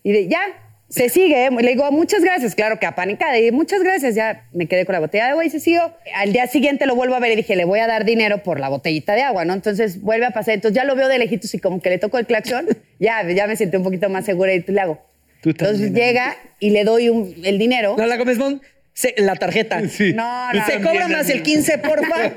Speaker 6: y de, ya, se sigue. ¿eh? Le digo, muchas gracias, claro que apanicada. Y muchas gracias, ya me quedé con la botella de agua y se siguió. Al día siguiente lo vuelvo a ver y dije, le voy a dar dinero por la botellita de agua, ¿no? Entonces vuelve a pasar. Entonces ya lo veo de lejitos y como que le toco el claxon, [LAUGHS] ya, ya me senté un poquito más segura y pues, le hago.
Speaker 4: Tú
Speaker 6: Entonces
Speaker 4: también,
Speaker 6: llega y le doy un- el dinero.
Speaker 5: No, la comenzó. se- La tarjeta.
Speaker 4: Sí.
Speaker 6: No,
Speaker 5: Y
Speaker 6: no.
Speaker 5: se cobra más el
Speaker 6: [LAUGHS]
Speaker 5: 15, porfa.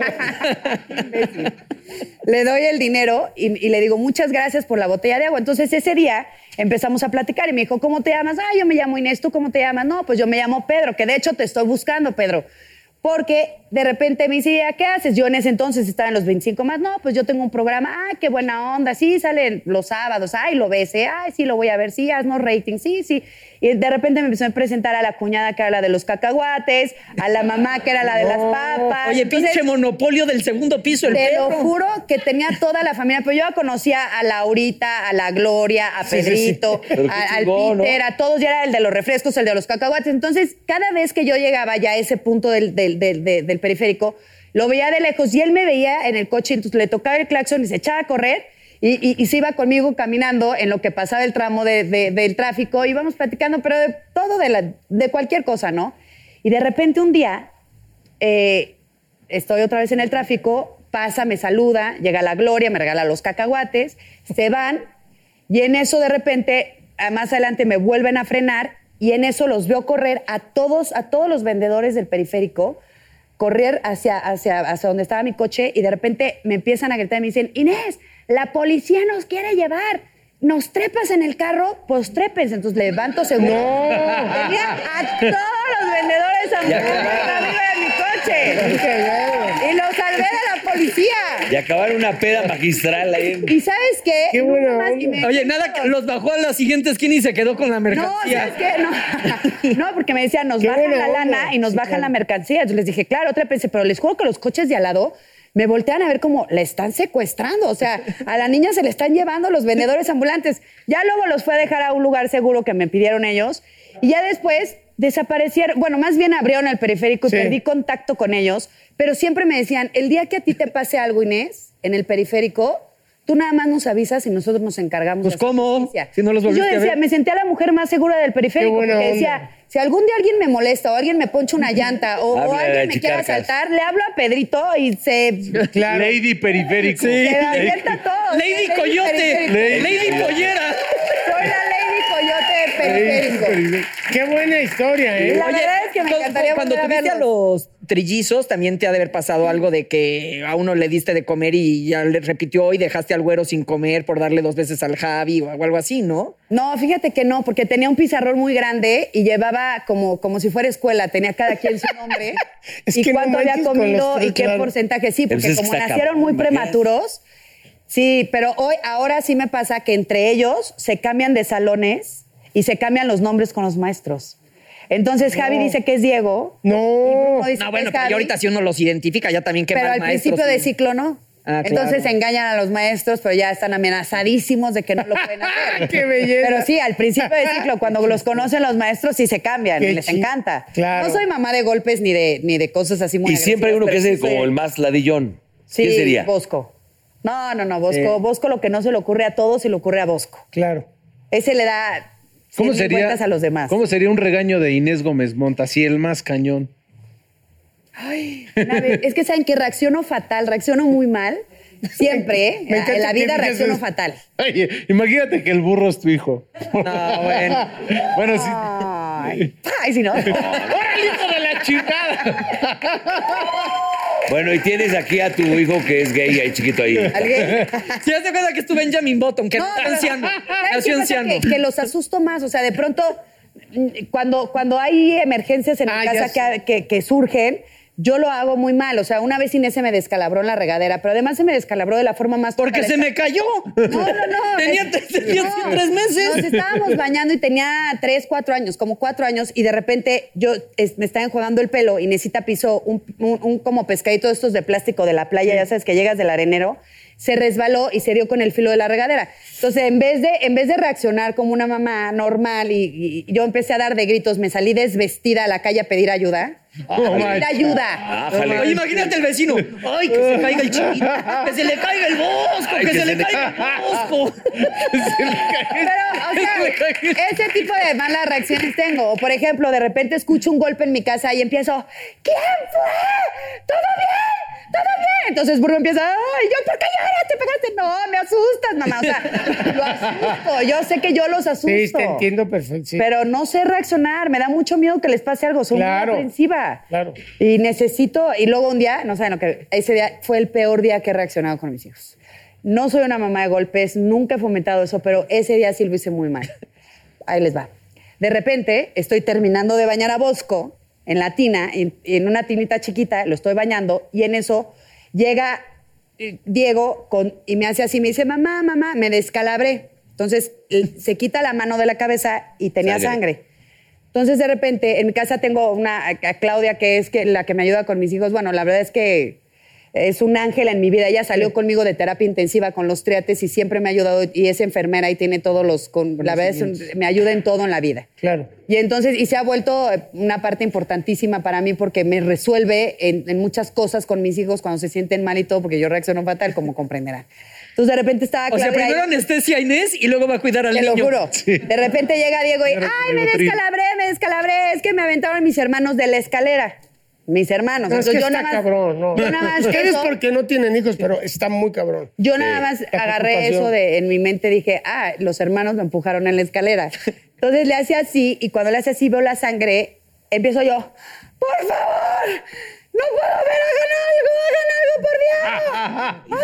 Speaker 6: le doy el dinero y, y le digo muchas gracias por la botella de agua. Entonces ese día empezamos a platicar y me dijo, ¿cómo te llamas? Ah, yo me llamo Inés, ¿tú cómo te llamas? No, pues yo me llamo Pedro, que de hecho te estoy buscando, Pedro. Porque de repente me dice, "¿Y a ¿qué haces? Yo en ese entonces estaba en los 25 más. No, pues yo tengo un programa. Ah, qué buena onda. Sí, salen los sábados. Ay, lo ves. eh. Ay, sí, lo voy a ver. Sí, haznos rating. Sí, sí. Y de repente me empezó a presentar a la cuñada que era la de los cacahuates, a la mamá que era la de las papas.
Speaker 5: Oye,
Speaker 6: Entonces,
Speaker 5: pinche monopolio del segundo piso, el
Speaker 6: te
Speaker 5: perro.
Speaker 6: lo juro que tenía toda la familia, pero yo la conocía a Laurita, a la Gloria, a Pedrito,
Speaker 3: [LAUGHS] Pero qué
Speaker 6: a- al
Speaker 3: chingón, ¿no?
Speaker 6: Peter, a todos, ya era el de los refrescos, el de los cacahuates. Entonces, cada vez que yo llegaba ya a ese punto del, del- del- del- del periférico, lo veía de lejos y él me veía en el coche, entonces le tocaba el claxon y se echaba a correr. Y, y- y se iba conmigo caminando en lo que pasaba el tramo de- de- del tráfico, íbamos platicando, pero de todo, de, la- de cualquier cosa, ¿no? Y de repente un día eh, estoy otra vez en el tráfico, pasa, me saluda, llega la Gloria, me regala los cacahuates, se van y en eso de repente, a- más adelante me vuelven a frenar y en eso los veo correr a todos, a todos los vendedores del periférico, correr hacia, hacia, hacia donde estaba mi coche y de repente me empiezan a gritar y me dicen, Inés, la policía nos quiere llevar. Nos trepas en el carro, pues trépense. Entonces levanto seguro. Tenía a todos los vendedores ambulantes arriba de mi coche. Y los salvé de la policía.
Speaker 3: Y acabar una peda magistral ahí. en-
Speaker 6: ¿Y sabes qué?
Speaker 2: Qué buena
Speaker 6: Nunca más-
Speaker 2: onda.
Speaker 6: y me-
Speaker 5: Oye, nada, que los bajó a la siguiente esquina y se quedó con la
Speaker 6: No, ¿sabes
Speaker 5: mercancía.
Speaker 6: qué? No. [LAUGHS] no, porque me decían, nos
Speaker 2: Qué
Speaker 6: bajan
Speaker 2: buena
Speaker 6: la
Speaker 2: onda.
Speaker 6: lana y nos bajan la mercancía. Yo les dije, claro, otra pensé, pero les juro que los coches de al lado me voltean a ver como la están secuestrando. O
Speaker 5: [LAUGHS]
Speaker 6: sea, a la niña se le están llevando los vendedores ambulantes. Ya luego los fue a dejar a un lugar seguro que me pidieron ellos. Y ya después desaparecieron. Bueno, más bien abrieron el periférico y
Speaker 2: Sí.
Speaker 6: perdí contacto con ellos. Pero siempre me decían, el día que a ti te pase algo, Inés, en el periférico, tú nada más nos avisas y nosotros nos encargamos.
Speaker 5: Pues,
Speaker 6: de hacer
Speaker 5: ¿cómo?
Speaker 6: justicia".
Speaker 5: Si no los
Speaker 6: Y yo
Speaker 5: volviste a
Speaker 6: decía,
Speaker 5: ver.
Speaker 6: me sentía la mujer más segura del periférico
Speaker 2: Qué buena
Speaker 6: porque decía,
Speaker 2: onda.
Speaker 6: si algún día alguien me molesta o alguien me poncha una llanta o, o
Speaker 3: Háblale a
Speaker 6: alguien me quiere
Speaker 3: Chicarcas.
Speaker 6: asaltar, le hablo a Pedrito y
Speaker 2: [LAUGHS]
Speaker 6: se,
Speaker 4: Lady Periférico.
Speaker 6: se avienta todo.
Speaker 5: Lady
Speaker 6: Soy
Speaker 5: Coyote,
Speaker 6: periférico.
Speaker 5: Lady Pollera.
Speaker 6: Soy la Lady Coyote del periférico.
Speaker 2: Qué buena historia, ¿eh?
Speaker 6: La verdad es que me
Speaker 5: cu-
Speaker 6: encantaría
Speaker 5: Cuando
Speaker 6: volver a
Speaker 5: tuviste a los trillizos, también te ha de haber pasado algo de que a uno le diste de comer y ya le repitió y dejaste al güero sin comer por darle dos veces al Javi o algo así, ¿no?
Speaker 6: No, fíjate que no, porque tenía un pizarrón muy grande y llevaba como, como si fuera escuela, tenía cada quien su nombre
Speaker 2: [LAUGHS] Es
Speaker 6: y
Speaker 2: que no
Speaker 6: cuánto había
Speaker 2: manches con los
Speaker 6: comido
Speaker 2: tres,
Speaker 6: y qué
Speaker 2: claro.
Speaker 6: porcentaje. Sí,
Speaker 3: Pues
Speaker 6: porque
Speaker 3: es que
Speaker 6: como
Speaker 3: está
Speaker 6: nacieron
Speaker 3: cabrón,
Speaker 6: muy
Speaker 3: imagínate.
Speaker 6: prematuros, sí, pero hoy, ahora sí me pasa que entre ellos se cambian de salones y se cambian los nombres con los maestros. Entonces Javi dice que es Diego.
Speaker 2: No.
Speaker 6: Bruno dice
Speaker 5: No,
Speaker 6: que
Speaker 5: bueno,
Speaker 6: es
Speaker 5: pero
Speaker 6: Javi,
Speaker 5: ya ahorita si uno los identifica, ya también qué
Speaker 6: pero
Speaker 5: mal
Speaker 6: al
Speaker 5: maestro,
Speaker 6: principio de
Speaker 5: [LAUGHS] sí.
Speaker 6: ciclo no.
Speaker 5: Ah, claro.
Speaker 6: Entonces engañan a los maestros, pero ya están amenazadísimos de que no lo pueden hacer.
Speaker 2: ¡Qué belleza!
Speaker 6: Pero sí, al principio de ciclo, cuando los conocen los maestros, sí se cambian
Speaker 2: Qué
Speaker 6: y les
Speaker 2: chi-
Speaker 6: encanta.
Speaker 2: claro.
Speaker 6: No soy mamá de golpes ni de, ni de cosas así muy
Speaker 3: Y siempre hay uno que
Speaker 6: agresivas,
Speaker 3: es
Speaker 6: pero
Speaker 3: el-
Speaker 6: sí soy-
Speaker 3: como el más ladillón.
Speaker 6: Sí,
Speaker 3: ¿Quién sería?
Speaker 6: Bosco. No, no, no, Bosco. Bosco lo que no se le ocurre a todos, se le ocurre a Bosco.
Speaker 2: Claro.
Speaker 6: Ese le da cien
Speaker 4: ¿Cómo
Speaker 6: mil
Speaker 4: sería,
Speaker 6: vueltas a los demás.
Speaker 4: ¿Cómo sería un regaño de Inés Gómez Monta? Así el más cañón.
Speaker 6: Una vez- es que saben que reacciono fatal, reacciono muy mal. Siempre, ¿eh?
Speaker 2: Me encanta
Speaker 6: en la
Speaker 2: que
Speaker 6: vida
Speaker 2: empieces-
Speaker 6: reacciono fatal.
Speaker 4: Oye, imagínate que el burro es tu hijo.
Speaker 5: No, bueno.
Speaker 4: [LAUGHS] Bueno, sí.
Speaker 6: Ay, [LAUGHS] ay, si no.
Speaker 4: ¡Órale, hijo de la chingada!
Speaker 6: [LAUGHS]
Speaker 3: Bueno, y tienes aquí a tu hijo que es gay, ahí chiquito ahí.
Speaker 6: Alguien-
Speaker 5: Si ya te acuerdas que estuve en Benjamin Button, que
Speaker 6: No,
Speaker 5: nació
Speaker 6: pero-
Speaker 5: anciano.
Speaker 6: ¿sabes
Speaker 5: Nació
Speaker 6: qué pasa?
Speaker 5: anciano.
Speaker 6: Que, que los asusto más. O sea, de pronto, mm, cuando, cuando hay emergencias en mi
Speaker 2: Ah, ya
Speaker 6: casa que, que- que surgen, yo lo hago muy mal. O sea, una vez Inés se me descalabró en la regadera, pero además se me descalabró de la forma más.
Speaker 5: Porque se
Speaker 6: total.
Speaker 5: me cayó.
Speaker 6: No, no, no.
Speaker 5: [LAUGHS] Tenía,
Speaker 6: Es-
Speaker 5: tenía
Speaker 6: no.
Speaker 5: tres meses.
Speaker 6: Nos
Speaker 5: [LAUGHS]
Speaker 6: estábamos bañando y tenía tres, cuatro años, como cuatro años, y de repente yo es- me estaba enjuagando el pelo y Necita pisó un, un- un como pescadito de estos de plástico de la playa, ya sabes que llegas del arenero, se resbaló y se dio con el filo de la regadera. Entonces, en vez de, en vez de reaccionar como una mamá normal y, y yo empecé a dar de gritos, me salí desvestida a la calle a pedir ayuda.
Speaker 5: Oh
Speaker 4: No
Speaker 6: a pedir
Speaker 4: manches.
Speaker 6: ayuda.
Speaker 3: Ájale.
Speaker 5: Oye, imagínate el vecino. Ay, que se caiga el chiquito. Que se le caiga el bosco. Que se le caiga
Speaker 4: [LAUGHS]
Speaker 5: el bosco.
Speaker 2: [LAUGHS]
Speaker 6: Pero, o sea, ese tipo de malas reacciones tengo. O, por ejemplo, de repente escucho un golpe en mi casa y empiezo, ¿quién fue? ¿Todo bien? ¿Todo bien? Entonces Bruno empieza, ay, yo, ¿por qué lloras? ¿Te pegaste? No, me asustas, mamá. O sea, lo asusto. Yo sé que yo los asusto.
Speaker 2: Sí, te entiendo perfecto. sí.
Speaker 6: Pero no sé reaccionar, me da mucho miedo que les pase algo, soy
Speaker 2: Claro.
Speaker 6: muy aprensiva.
Speaker 2: Claro.
Speaker 6: Y necesito, y luego un día, no saben lo que, ese día fue el peor día que he reaccionado con mis hijos. No soy una mamá de golpes, nunca he fomentado eso, pero ese día
Speaker 2: [LAUGHS]
Speaker 6: sí lo hice muy mal. Ahí les va. De repente, estoy terminando de bañar a Bosco en la tina, en, en una tinita chiquita, lo estoy bañando y en eso llega eh, Diego con, y me hace así, me dice, mamá, mamá, me descalabré. Entonces él se quita la mano de la cabeza y tenía
Speaker 3: Sangre.
Speaker 6: sangre. Entonces, de repente, en mi casa tengo una, a- a Claudia, que es que, la que me ayuda con mis hijos. Bueno, la verdad es que es un ángel en mi vida. Ella salió conmigo de terapia intensiva con los triates y siempre me ha ayudado. Y es enfermera y tiene todos los. Con, la verdad es un- me ayuda en todo en la vida.
Speaker 2: Claro.
Speaker 6: Y entonces, y se ha vuelto eh, una parte importantísima para mí porque me resuelve en, en muchas cosas con mis hijos cuando se sienten mal y todo, porque yo reacciono fatal, como comprenderán. Entonces, de repente estaba
Speaker 5: O sea,
Speaker 6: Claudia
Speaker 5: primero
Speaker 6: ahí.
Speaker 5: anestesia a Inés y luego va a cuidar al
Speaker 6: Te
Speaker 5: niño.
Speaker 6: lo juro. De repente llega Diego y, ay, me descalabré, me descalabré, es que me aventaron mis hermanos de la escalera. Mis hermanos.
Speaker 2: No, es
Speaker 6: Entonces,
Speaker 2: que
Speaker 6: yo
Speaker 2: está
Speaker 6: nada más,
Speaker 2: cabrón, no.
Speaker 6: Yo nada más,
Speaker 2: [LAUGHS] Ustedes
Speaker 6: eso-
Speaker 2: porque no tienen hijos, pero está muy cabrón.
Speaker 6: yo nada más
Speaker 2: la
Speaker 6: agarré
Speaker 2: preocupación.
Speaker 6: eso de en mi mente, dije, ah, los hermanos me empujaron en la escalera. Entonces le hace así y cuando le hace así veo la sangre, empiezo yo, por favor, no puedo ver, hagan algo, hagan algo, por Dios.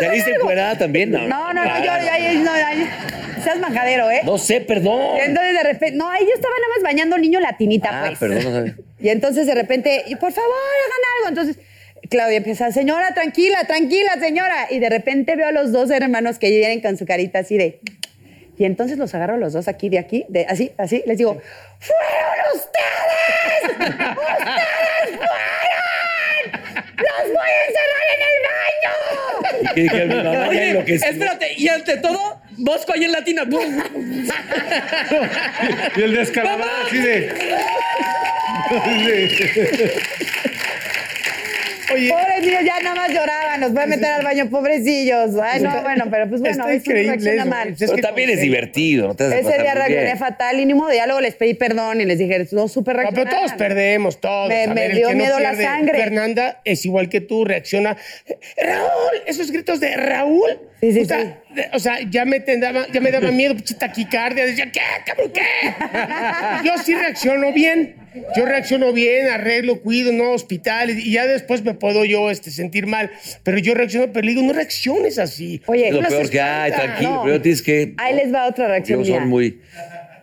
Speaker 3: [LAUGHS] ¿Y saliste
Speaker 6: Hagan algo".
Speaker 3: encuerada también? No,
Speaker 6: No, no, no, yo,
Speaker 3: Ah,
Speaker 6: yo, ahí- no, ahí- seas majadero, ¿eh?
Speaker 3: No sé, perdón.
Speaker 6: Y entonces de repente, no, ahí yo estaba nada más bañando al niño en la tinita,
Speaker 3: Ah,
Speaker 6: pues.
Speaker 3: perdón. no sabía.
Speaker 6: Y entonces de repente, y por favor, hagan algo. Entonces Claudia empieza, señora, tranquila, tranquila, señora. Y de repente veo a los dos hermanos que vienen con su carita así de. Y entonces los agarro a los dos aquí, de aquí, de así, así. Les digo, ¡fueron ustedes! ¡Ustedes fueron! ¡Los voy a encerrar en el baño!
Speaker 3: ¿Y qué
Speaker 2: [LAUGHS]
Speaker 3: dije? Mi mamá ya
Speaker 5: Oye,
Speaker 3: enloqueció.
Speaker 6: este
Speaker 5: espérate, y ante todo, Bosco ahí en latina. ¡Bum!
Speaker 4: Y el descalabrado
Speaker 5: ¡Vamos!
Speaker 4: así de.
Speaker 2: Oye,
Speaker 6: Pobres niños, ya nada más lloraban, nos van a meter al baño, pobrecillos. Ay, no, bueno, pero pues bueno, a
Speaker 2: está
Speaker 6: veces uno
Speaker 2: increíble.
Speaker 6: reacciona
Speaker 2: eso,
Speaker 6: mal.
Speaker 2: güey. Es
Speaker 3: Pero
Speaker 2: que
Speaker 3: también
Speaker 2: como
Speaker 3: es
Speaker 2: que-
Speaker 3: divertido. No te vas a
Speaker 6: Ese
Speaker 3: pasar
Speaker 6: día
Speaker 3: muy bien.
Speaker 6: reaccioné fatal y ni modo, ya luego les pedí perdón y les dije, no supe
Speaker 2: Ah,
Speaker 6: reaccionar.
Speaker 2: pero todos perdemos, todos.
Speaker 6: Me-
Speaker 2: A
Speaker 6: me
Speaker 2: el
Speaker 6: dio
Speaker 2: que
Speaker 6: miedo la
Speaker 2: pierde,
Speaker 6: sangre.
Speaker 2: Fernanda es igual que tú, reacciona. ¡Raúl! Esos gritos de Raúl.
Speaker 6: Sí, sí,
Speaker 2: o, sea,
Speaker 6: sí.
Speaker 2: de- o sea, ya me, te daba, ya me daba miedo, pinche taquicardia. Decía, ¿qué, cabrón,
Speaker 6: [LAUGHS]
Speaker 2: qué? Yo sí reacciono bien. Yo reacciono bien, arreglo, cuido, no, hospital. Y ya después me puedo yo este, sentir mal. Pero yo reacciono, pero le digo, no reacciones así.
Speaker 6: Oye,
Speaker 3: Es lo
Speaker 2: No
Speaker 3: peor
Speaker 2: seas
Speaker 3: que hay,
Speaker 2: tonta.
Speaker 3: tranquilo.
Speaker 6: No.
Speaker 3: Pero tienes que.
Speaker 6: Ahí les va otra reacción
Speaker 3: Yo
Speaker 6: mía.
Speaker 3: son muy.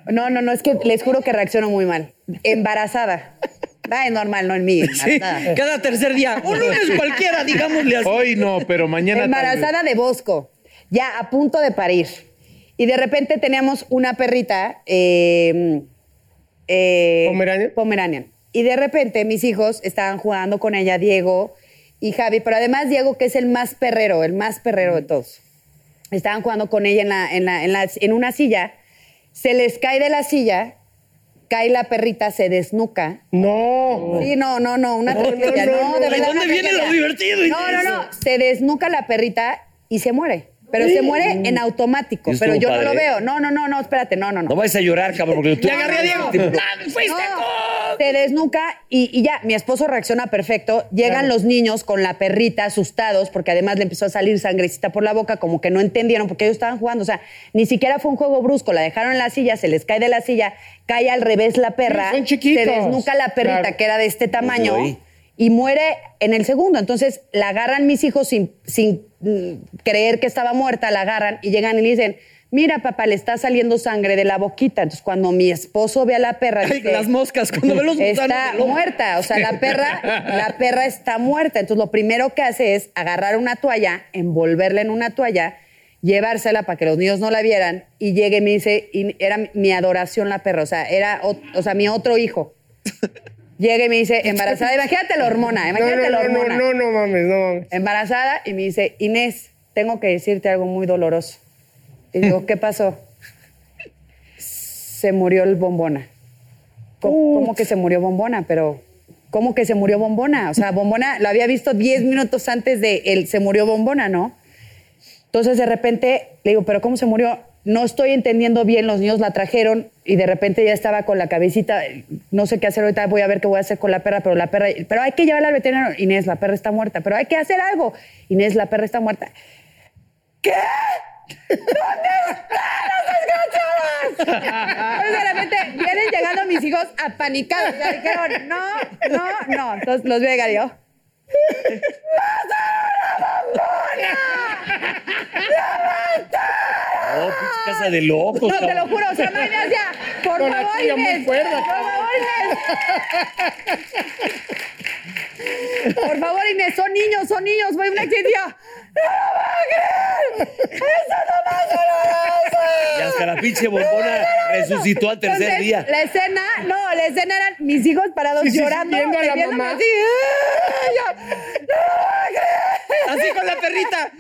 Speaker 6: No, no, no, es que les juro que reacciono muy mal. Embarazada. Nada es normal, no en
Speaker 3: [LAUGHS]
Speaker 6: mí.
Speaker 5: Sí,
Speaker 6: embarazada.
Speaker 5: cada tercer día. Un lunes cualquiera, digámosle así.
Speaker 4: Hoy no, pero mañana. tal vez.
Speaker 6: Embarazada de Bosco, ya a punto de parir. Y de repente teníamos una perrita. eh, eh,
Speaker 2: ¿Pomeranian?
Speaker 6: Pomeranian. Y de repente mis hijos estaban jugando con ella, Diego y Javi, pero además Diego, que es el más perrero, el más perrero de todos. Estaban jugando con ella en, la- en la- en la- en una silla. Se les cae de la silla, cae la perrita, se desnuca.
Speaker 2: No.
Speaker 6: Sí, no, no, no, una tragedia.
Speaker 2: no,
Speaker 6: No,
Speaker 2: no,
Speaker 6: de
Speaker 2: no.
Speaker 6: verdad.
Speaker 5: ¿Y dónde
Speaker 6: una
Speaker 5: viene lo
Speaker 6: tragedia.
Speaker 5: divertido,
Speaker 6: No, no,
Speaker 5: Inés?
Speaker 6: no. Se desnuca la perrita y se muere. Pero se muere en automático.
Speaker 3: Y estuvo
Speaker 6: Pero yo no lo
Speaker 3: padre, ¿eh?
Speaker 6: veo. No, no, no, no, espérate, no, no, no.
Speaker 3: No vayas a llorar, cabrón, porque tú.
Speaker 5: Le agarré a Diego.
Speaker 6: No, se desnuca y, y ya, mi esposo reacciona perfecto. Llegan los niños con la perrita asustados porque además le empezó a salir sangrecita por la boca, como que no entendieron porque ellos estaban jugando. O sea, ni siquiera fue un juego brusco. La dejaron en la silla, se les cae de la silla, cae al revés la perra.
Speaker 2: Sí, son chiquitos.
Speaker 6: Se desnuca la perrita
Speaker 2: Claro.
Speaker 6: que era de este tamaño
Speaker 3: Uy.
Speaker 6: y muere en el segundo. Entonces la agarran mis hijos sin, sin mm, creer que estaba muerta, la agarran y llegan y le dicen, mira papá, le está saliendo sangre de la boquita. Entonces cuando mi esposo ve a la perra,
Speaker 5: Ay,
Speaker 6: dice,
Speaker 5: las moscas, cuando ve los gusanos
Speaker 6: está
Speaker 5: del ojo".
Speaker 6: muerta, o sea, la
Speaker 2: [LAUGHS]
Speaker 6: perra, la perra está muerta. Entonces lo primero que hace es agarrar una toalla, envolverla en una toalla, llevársela para que los niños no la vieran y llegue y me dice, y era mi adoración la perra, o sea, era, ot- o sea, mi otro hijo. Llega y me dice, embarazada, imagínate la hormona,
Speaker 2: No,
Speaker 6: imagínate
Speaker 2: no,
Speaker 6: la
Speaker 2: no, no,
Speaker 6: hormona.
Speaker 2: no, no mames, no mames.
Speaker 6: Embarazada y me dice, Inés, tengo que decirte algo muy doloroso. Y digo, ¿qué pasó? Se murió el bombona. Co- ¿Cómo, que se murió bombona? Pero, ¿cómo que se murió bombona? O sea, bombona lo había visto 10 minutos antes de él, se murió bombona, ¿no? Entonces de repente le digo, ¿pero cómo se murió? No estoy entendiendo bien, los niños la trajeron y de repente ya estaba con la cabecita, no sé qué hacer ahorita, voy a ver qué voy a hacer con la perra, pero la perra, pero hay que llevarla al veterinario. Inés, la perra está muerta, pero hay que hacer algo. Inés, la perra está muerta. ¿Qué? ¿Dónde están los desgraciados? Entonces, de repente vienen llegando mis hijos apanicados. Ya dijeron, no, no, no. Entonces los veo llegar y yo.
Speaker 3: No, pinche casa de locos.
Speaker 6: No, te lo
Speaker 3: cabrón.
Speaker 6: juro, o sea, no, Inés, ya. Por
Speaker 2: Con la
Speaker 6: favor,
Speaker 2: tía muy
Speaker 6: Inés.
Speaker 2: cuerda,
Speaker 6: por
Speaker 2: cabrón.
Speaker 6: favor, Inés. Por favor, Inés, son niños, son niños. Voy a una actividad.
Speaker 3: Y hasta la pinche bombona resucitó al tercer
Speaker 6: Entonces,
Speaker 3: día.
Speaker 6: La escena, no, la escena eran mis hijos parados
Speaker 2: Sí, sí, sí,
Speaker 6: llorando.
Speaker 2: viendo a la
Speaker 6: viéndome
Speaker 2: mamá.
Speaker 6: Así, ¡ay, ya!
Speaker 3: Así con la perrita.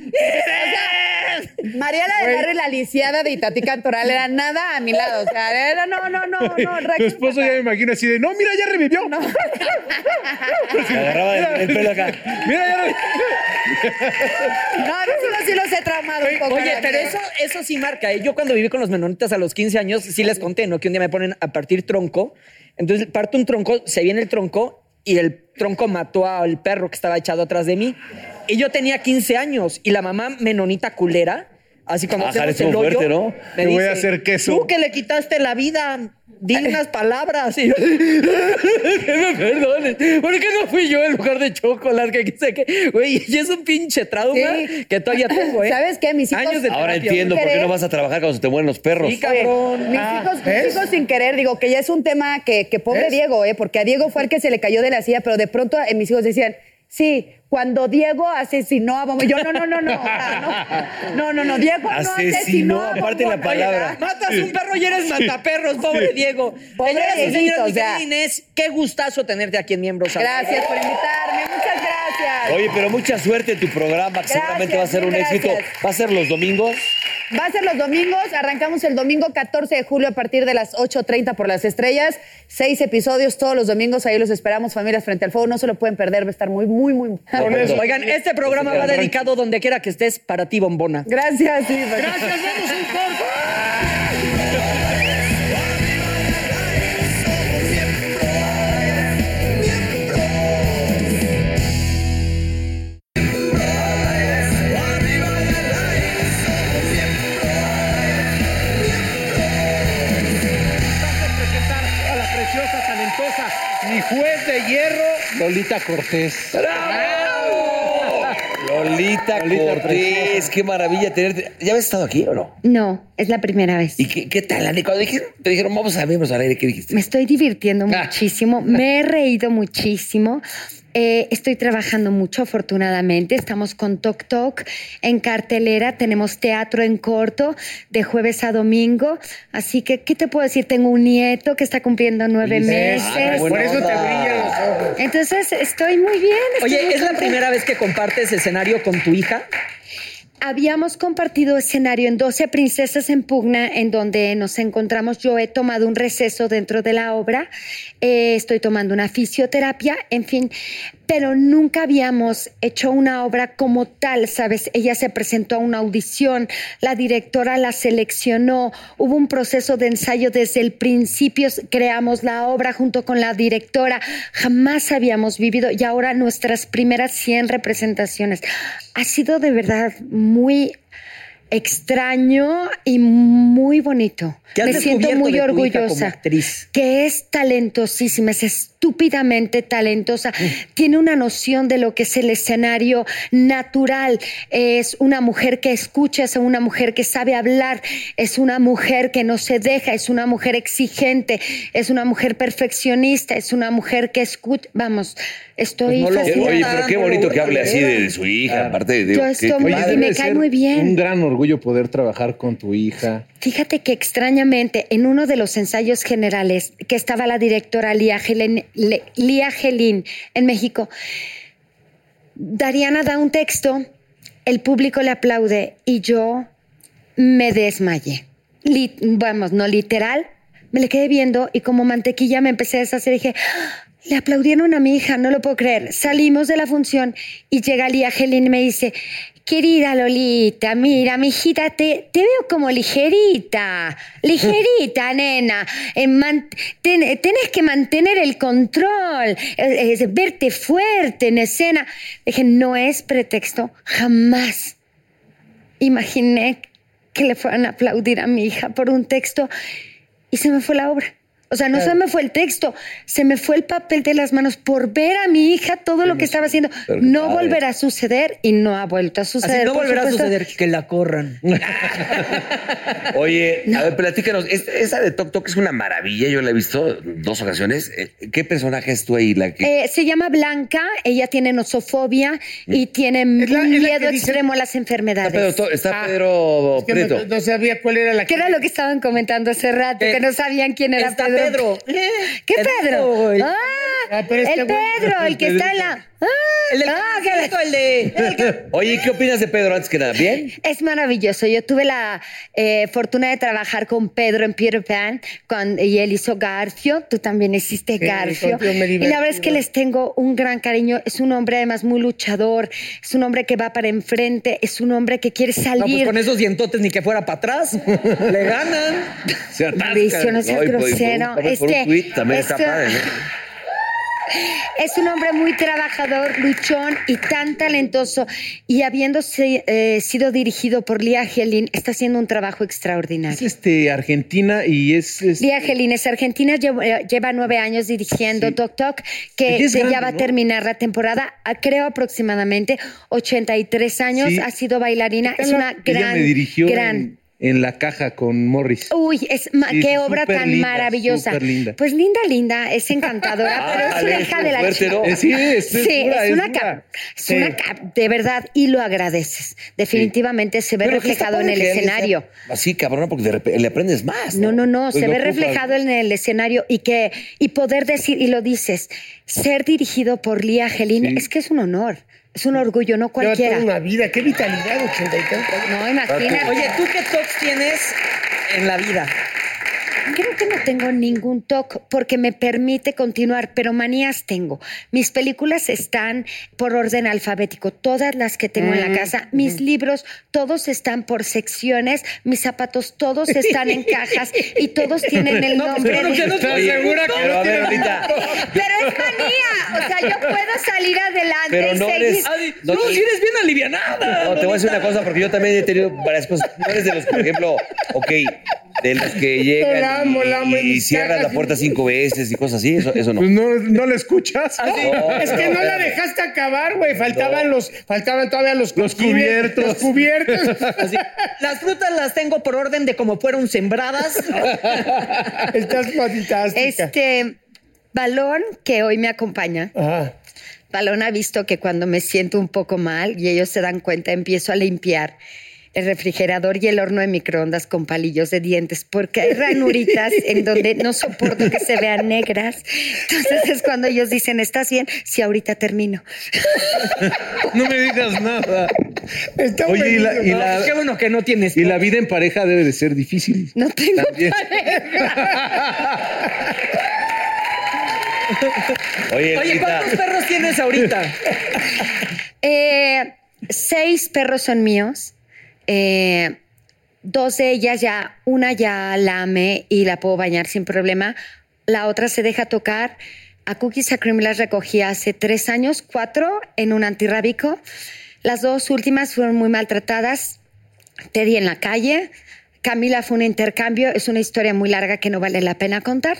Speaker 6: Mariela de
Speaker 2: Güey.
Speaker 6: Barrio y la lisiada de Itatí Cantoral era nada a mi lado. O sea, era no, no, no, no.
Speaker 4: [LAUGHS] Tu esposo ya me imagino así de, no, mira, ya revivió.
Speaker 3: Me agarraba el, el pelo acá.
Speaker 4: Mira, ya revivió.
Speaker 6: No, a mí sí, los- sí los he traumado un poco.
Speaker 5: Oye,
Speaker 6: la
Speaker 5: pero
Speaker 6: verdad.
Speaker 5: eso, eso sí marca. ¿eh? Yo cuando viví con los menonitas a los 15 años, sí les conté, ¿no? Que un día me ponen a partir tronco. Entonces parto un tronco, se viene el tronco y el tronco mató al perro que estaba echado atrás de mí. Y yo tenía 15 años y la mamá menonita culera, así como
Speaker 4: Ah,
Speaker 3: Ajá,
Speaker 5: hacemos
Speaker 3: estuvo
Speaker 5: el hoyo,
Speaker 3: fuerte, ¿no?
Speaker 5: me
Speaker 4: Te voy a
Speaker 5: dice,
Speaker 4: hacer queso.
Speaker 5: Tú que le quitaste la vida, di unas palabras. Y yo, [LAUGHS] que me perdones. ¿Por qué no fui yo en lugar de chocolate? [LAUGHS] Que quise que, güey, y es un pinche trauma
Speaker 6: Sí.
Speaker 5: que todavía tengo, ¿eh?
Speaker 6: ¿Sabes qué? Mis hijos-
Speaker 5: Años de
Speaker 3: Ahora
Speaker 5: terapia.
Speaker 3: entiendo por qué no vas a trabajar cuando se te mueren los perros.
Speaker 5: Sí, cabrón.
Speaker 6: Mis,
Speaker 5: Ah,
Speaker 6: hijos, mis
Speaker 2: ¿ves?
Speaker 6: hijos sin querer, digo que ya es un tema que, que pobre
Speaker 2: ¿Ves?
Speaker 6: Diego, ¿eh? porque a Diego fue el que se le cayó de la silla, pero de pronto eh, mis hijos decían, sí, cuando Diego asesinó a Bombo. Yo, no, no, no, no, o sea, no, no, no, no, Diego
Speaker 3: Asesinó,
Speaker 6: no asesinó a
Speaker 3: aparte
Speaker 6: Bombo,
Speaker 3: la
Speaker 6: no, oye,
Speaker 3: palabra.
Speaker 6: ¿verdad?
Speaker 5: [LAUGHS] Matas un perro y eres mataperros, pobre Diego.
Speaker 6: Pobre
Speaker 5: Señoras y
Speaker 6: Dieguito,
Speaker 5: señores,
Speaker 6: o
Speaker 5: mi
Speaker 6: sea.
Speaker 5: querida Inés, qué gustazo tenerte aquí en Miembros. al Aire.
Speaker 6: Gracias por invitarme, muchas gracias.
Speaker 3: Oye, pero mucha suerte en tu programa, que
Speaker 6: Gracias,
Speaker 3: seguramente va a ser
Speaker 6: mil
Speaker 3: un éxito.
Speaker 6: gracias.
Speaker 3: ¿Va a ser los domingos?
Speaker 6: Va a ser los domingos, arrancamos el domingo 14 de julio a partir de las 8.30 por las estrellas, seis episodios todos los domingos, ahí los esperamos, familias frente al fuego, no se lo pueden perder, va a estar muy, muy, muy...
Speaker 5: Oigan, este programa va dedicado donde quiera que estés para ti, bombona.
Speaker 6: Gracias, sí,
Speaker 5: Gracias, vamos un corte.
Speaker 4: presentar a la preciosa, talentosa, mi juez de hierro, Lolita Cortés.
Speaker 3: Lolita,
Speaker 4: Lolita
Speaker 3: Cortés,
Speaker 4: preciosa.
Speaker 3: qué maravilla tenerte. ¿Ya habías estado aquí o no?
Speaker 9: No, es la primera vez.
Speaker 3: ¿Y qué, qué tal, Andy? Cuando dijeron- te dijeron, vamos a vernos al aire, ¿qué dijiste?
Speaker 9: Me estoy divirtiendo
Speaker 3: Ah.
Speaker 9: muchísimo, me he reído muchísimo. eh, estoy trabajando mucho, afortunadamente. Estamos con Tok Tok en cartelera. Tenemos teatro en corto de jueves a domingo. Así que, ¿qué te puedo decir? Tengo un nieto que está cumpliendo nueve
Speaker 4: Ah,
Speaker 9: meses.
Speaker 2: Por eso te
Speaker 3: onda.
Speaker 2: brillan los ojos.
Speaker 9: Entonces, estoy muy bien. estoy muy
Speaker 5: Oye, ¿es la
Speaker 9: contenta.
Speaker 5: primera vez que compartes escenario con tu hija?
Speaker 9: Habíamos compartido escenario en 12 Princesas en Pugna, en donde nos encontramos. Yo he tomado un receso dentro de la obra, eh, estoy tomando una fisioterapia, en fin, pero nunca habíamos hecho una obra como tal, ¿sabes? Ella se presentó a una audición, la directora la seleccionó, hubo un proceso de ensayo desde el principio, creamos la obra junto con la directora, jamás habíamos vivido y ahora nuestras primeras 100 representaciones. Ha sido de verdad muy extraño y muy bonito.
Speaker 5: ¿Qué has
Speaker 9: Me siento
Speaker 5: descubierto
Speaker 9: muy
Speaker 5: de tu hija
Speaker 9: orgullosa.
Speaker 5: como actriz?
Speaker 9: Que es talentosísima, es estúpidamente talentosa.
Speaker 5: Mm.
Speaker 9: Tiene una noción de lo que es el escenario natural. Es una mujer que escucha, es una mujer que sabe hablar, es una mujer que no se deja, es una mujer exigente, es una mujer perfeccionista, es una mujer que escucha. Vamos, estoy.
Speaker 5: Pues no lo-
Speaker 3: Qué-
Speaker 9: fascinada.
Speaker 3: Oye, pero qué bonito que hable así de,
Speaker 5: Lolita.
Speaker 3: de su hija, aparte de...
Speaker 9: Yo
Speaker 3: qué-
Speaker 9: estoy
Speaker 3: qué
Speaker 9: muy-
Speaker 3: padre.
Speaker 9: y me cae muy bien.
Speaker 4: Un gran orgullo poder trabajar con tu hija.
Speaker 9: Fíjate que extrañamente en uno de los ensayos generales que estaba la directora Lía, Gelen- Le- Lía Gelín en México, Dariana da un texto, el público le aplaude y yo me desmayé. Li- vamos, no literal, me le quedé viendo y como mantequilla me empecé a deshacer y dije, "Ah, le aplaudieron a mi hija, no lo puedo creer. Salimos de la función y llega Lía Gelín y me dice, querida Lolita, mira, mijita, te, te veo como ligerita, ligerita, nena. Eh, man- ten- eh, tenés que mantener el control, eh, eh, verte fuerte en escena. Dije, no es pretexto, jamás imaginé que le fueran a aplaudir a mi hija por un texto y se me fue la obra. O sea, no se me fue el texto, se me fue el papel de las manos por ver a mi hija todo lo que estaba haciendo.
Speaker 3: Pero qué
Speaker 9: No
Speaker 3: padre.
Speaker 9: volverá a suceder y no ha vuelto a
Speaker 5: Así
Speaker 9: suceder.
Speaker 5: no
Speaker 9: por
Speaker 5: volverá a
Speaker 9: supuesto.
Speaker 5: suceder que la corran.
Speaker 3: Oye, a ver, platícanos. es- Esa de Tok Tok es una maravilla. Yo la he visto dos ocasiones. Eh, ¿Qué personaje es tú ahí? La que...
Speaker 9: Eh, se llama Blanca, ella tiene nosofobia y tiene
Speaker 2: Es la- es la
Speaker 9: miedo
Speaker 2: que dice-
Speaker 9: extremo a las enfermedades.
Speaker 3: está Pedro, To- está Pedro
Speaker 2: Que
Speaker 3: Prieto.
Speaker 2: no, no sabía cuál era la
Speaker 9: ¿Qué era lo que estaban comentando hace rato?
Speaker 5: Eh,
Speaker 9: que no sabían quién era
Speaker 5: está Pedro.
Speaker 9: Pedro. [LAUGHS] ¿Qué
Speaker 5: El-
Speaker 9: Pedro?
Speaker 5: el-
Speaker 9: Ah,
Speaker 2: Ah, pero este
Speaker 9: el
Speaker 2: güey-
Speaker 9: Pedro, el que está en la. Ah,
Speaker 5: El del
Speaker 9: ah, que la-
Speaker 5: cabecito, el
Speaker 3: [LAUGHS]
Speaker 5: de.
Speaker 3: Oye, ¿qué opinas de Pedro antes que
Speaker 9: [LAUGHS]
Speaker 3: nada? ¿Bien?
Speaker 9: Es maravilloso. Yo tuve la eh, fortuna de trabajar con Pedro en Peter Pan cuando- y él hizo Garfio. Tú también hiciste
Speaker 2: Sí,
Speaker 9: Garfio.
Speaker 2: contigo me
Speaker 9: y la verdad es que
Speaker 2: divertí.
Speaker 9: les tengo un gran cariño. Es un hombre además muy luchador. Es un hombre que va para enfrente. Es un hombre que quiere
Speaker 5: No, pues
Speaker 9: salir.
Speaker 5: con esos dientotes ni que fuera para atrás. Le ganan.
Speaker 3: Se atasca.
Speaker 9: Mauricio, no
Speaker 4: pues,
Speaker 9: seas
Speaker 3: y por- y por un-
Speaker 9: grosero.
Speaker 3: por un
Speaker 9: Este,
Speaker 3: tuit también está
Speaker 9: esto-
Speaker 3: padre, ¿no?
Speaker 9: [LAUGHS] Es un hombre muy trabajador, luchón y tan talentoso. Y habiéndose eh, sido dirigido por Lía Gelin, está haciendo un trabajo
Speaker 4: Es
Speaker 9: extraordinario.
Speaker 4: este, Argentina y es. es-
Speaker 9: Lía Gelin es argentina, lleva, eh, lleva nueve años dirigiendo Tok Tok,
Speaker 4: Ella
Speaker 9: que
Speaker 4: es
Speaker 9: que
Speaker 4: grande,
Speaker 9: ya va a
Speaker 4: ¿no?
Speaker 9: terminar la temporada, a- creo aproximadamente 83 años,
Speaker 4: Sí.
Speaker 9: ha sido bailarina, es una
Speaker 4: Ella
Speaker 9: gran,
Speaker 4: me dirigió
Speaker 9: gran... Uh.
Speaker 4: En, en la caja con Morris.
Speaker 9: Uy, es ma-
Speaker 4: Sí,
Speaker 9: qué obra
Speaker 4: súper
Speaker 9: tan
Speaker 4: linda,
Speaker 9: maravillosa.
Speaker 4: súper linda.
Speaker 9: Pues linda, linda, es encantadora, pero es una
Speaker 3: Ándale,
Speaker 9: hija de la
Speaker 3: fuerte, ¿no?
Speaker 9: chica.
Speaker 4: Eh, sí, es- es
Speaker 9: Sí,
Speaker 4: dura,
Speaker 9: es
Speaker 4: es
Speaker 9: una
Speaker 4: dura.
Speaker 9: cap, es
Speaker 4: Sí.
Speaker 9: una cap, de verdad, y lo agradeces. Definitivamente se ve
Speaker 3: Pero que está
Speaker 9: reflejado en
Speaker 3: padre
Speaker 9: el
Speaker 3: que él
Speaker 9: escenario.
Speaker 3: sea Así, cabrón, porque de repente le aprendes más.
Speaker 9: No, no, no,
Speaker 4: Pues
Speaker 9: se
Speaker 4: lo
Speaker 9: ve
Speaker 4: ocupas.
Speaker 9: reflejado en el escenario y que y poder decir y lo dices, ser dirigido por Lía Gelín
Speaker 4: Sí.
Speaker 9: es que es un honor, es un orgullo, no
Speaker 2: Lleva toda
Speaker 9: cualquiera.
Speaker 2: una vida. Qué vitalidad, ochenta y tantos.
Speaker 9: No, imagínate.
Speaker 5: Oye, ¿tú qué tox tienes en la vida?
Speaker 9: Creo que no tengo ningún TOC porque me permite continuar, pero manías tengo. Mis películas están por orden alfabético, todas las que tengo en la casa. Mis libros, todos están por secciones. Mis zapatos, todos están en cajas y todos tienen el nombre.
Speaker 5: claro
Speaker 9: de-
Speaker 5: que [LAUGHS] no te-
Speaker 3: Oye,
Speaker 5: segura que
Speaker 3: pero
Speaker 5: no
Speaker 3: a ver,
Speaker 5: tiene
Speaker 3: ahorita.
Speaker 9: Pero es manía. O sea, yo puedo salir adelante
Speaker 3: Pero
Speaker 9: y
Speaker 3: no
Speaker 9: seguir.
Speaker 3: eres-
Speaker 5: Adi,
Speaker 3: No,
Speaker 5: No,
Speaker 3: te-
Speaker 5: si eres bien alivianada.
Speaker 3: No, te voy a decir
Speaker 5: Lolita.
Speaker 3: una cosa, porque yo también he tenido varias cosas. No eres de los, por ejemplo, ok, de los que llegan
Speaker 2: La amo,
Speaker 3: y,
Speaker 2: la amo,
Speaker 3: y
Speaker 2: en mis
Speaker 3: cierras
Speaker 2: cajas
Speaker 3: la
Speaker 2: y-
Speaker 3: puerta cinco veces y cosas así. Eso, eso no.
Speaker 4: Pues no, no le escuchas.
Speaker 3: No,
Speaker 2: Es que no la
Speaker 3: espérame.
Speaker 2: dejaste acabar, güey. Faltaban los, faltaban todavía los,
Speaker 4: Los
Speaker 2: cojines,
Speaker 4: cubiertos.
Speaker 2: Los cubiertos.
Speaker 5: Así, Las frutas las tengo por orden de como fueron sembradas.
Speaker 2: [LAUGHS] Estás fantástica.
Speaker 9: Este balón que hoy me acompaña.
Speaker 2: Ajá.
Speaker 9: Balón ha visto que cuando me siento un poco mal y ellos se dan cuenta, empiezo a limpiar el refrigerador y el horno de microondas con palillos de dientes, porque hay ranuritas en donde no soporto que se vean negras. Entonces es cuando ellos dicen, ¿estás bien? Si ahorita termino.
Speaker 4: No me digas nada.
Speaker 2: Está
Speaker 4: Oye, y la, y
Speaker 2: buenísimo.
Speaker 4: la-
Speaker 5: Qué bueno que no tienes.
Speaker 4: y la vida en pareja debe de ser difícil.
Speaker 9: No tengo
Speaker 4: También.
Speaker 3: Oye,
Speaker 5: Oye,
Speaker 3: Lolita,
Speaker 5: ¿cuántos perros tienes ahorita?
Speaker 9: Eh, seis perros son míos. Eh, dos de ellas ya, una ya la amé y la puedo bañar sin problema. La otra se deja tocar. A Cookies a Cream las recogí hace tres años, cuatro, en un antirrábico. Las dos últimas fueron muy maltratadas. Teddy en la calle. Camila fue un intercambio, es una historia muy larga que no vale la pena contar.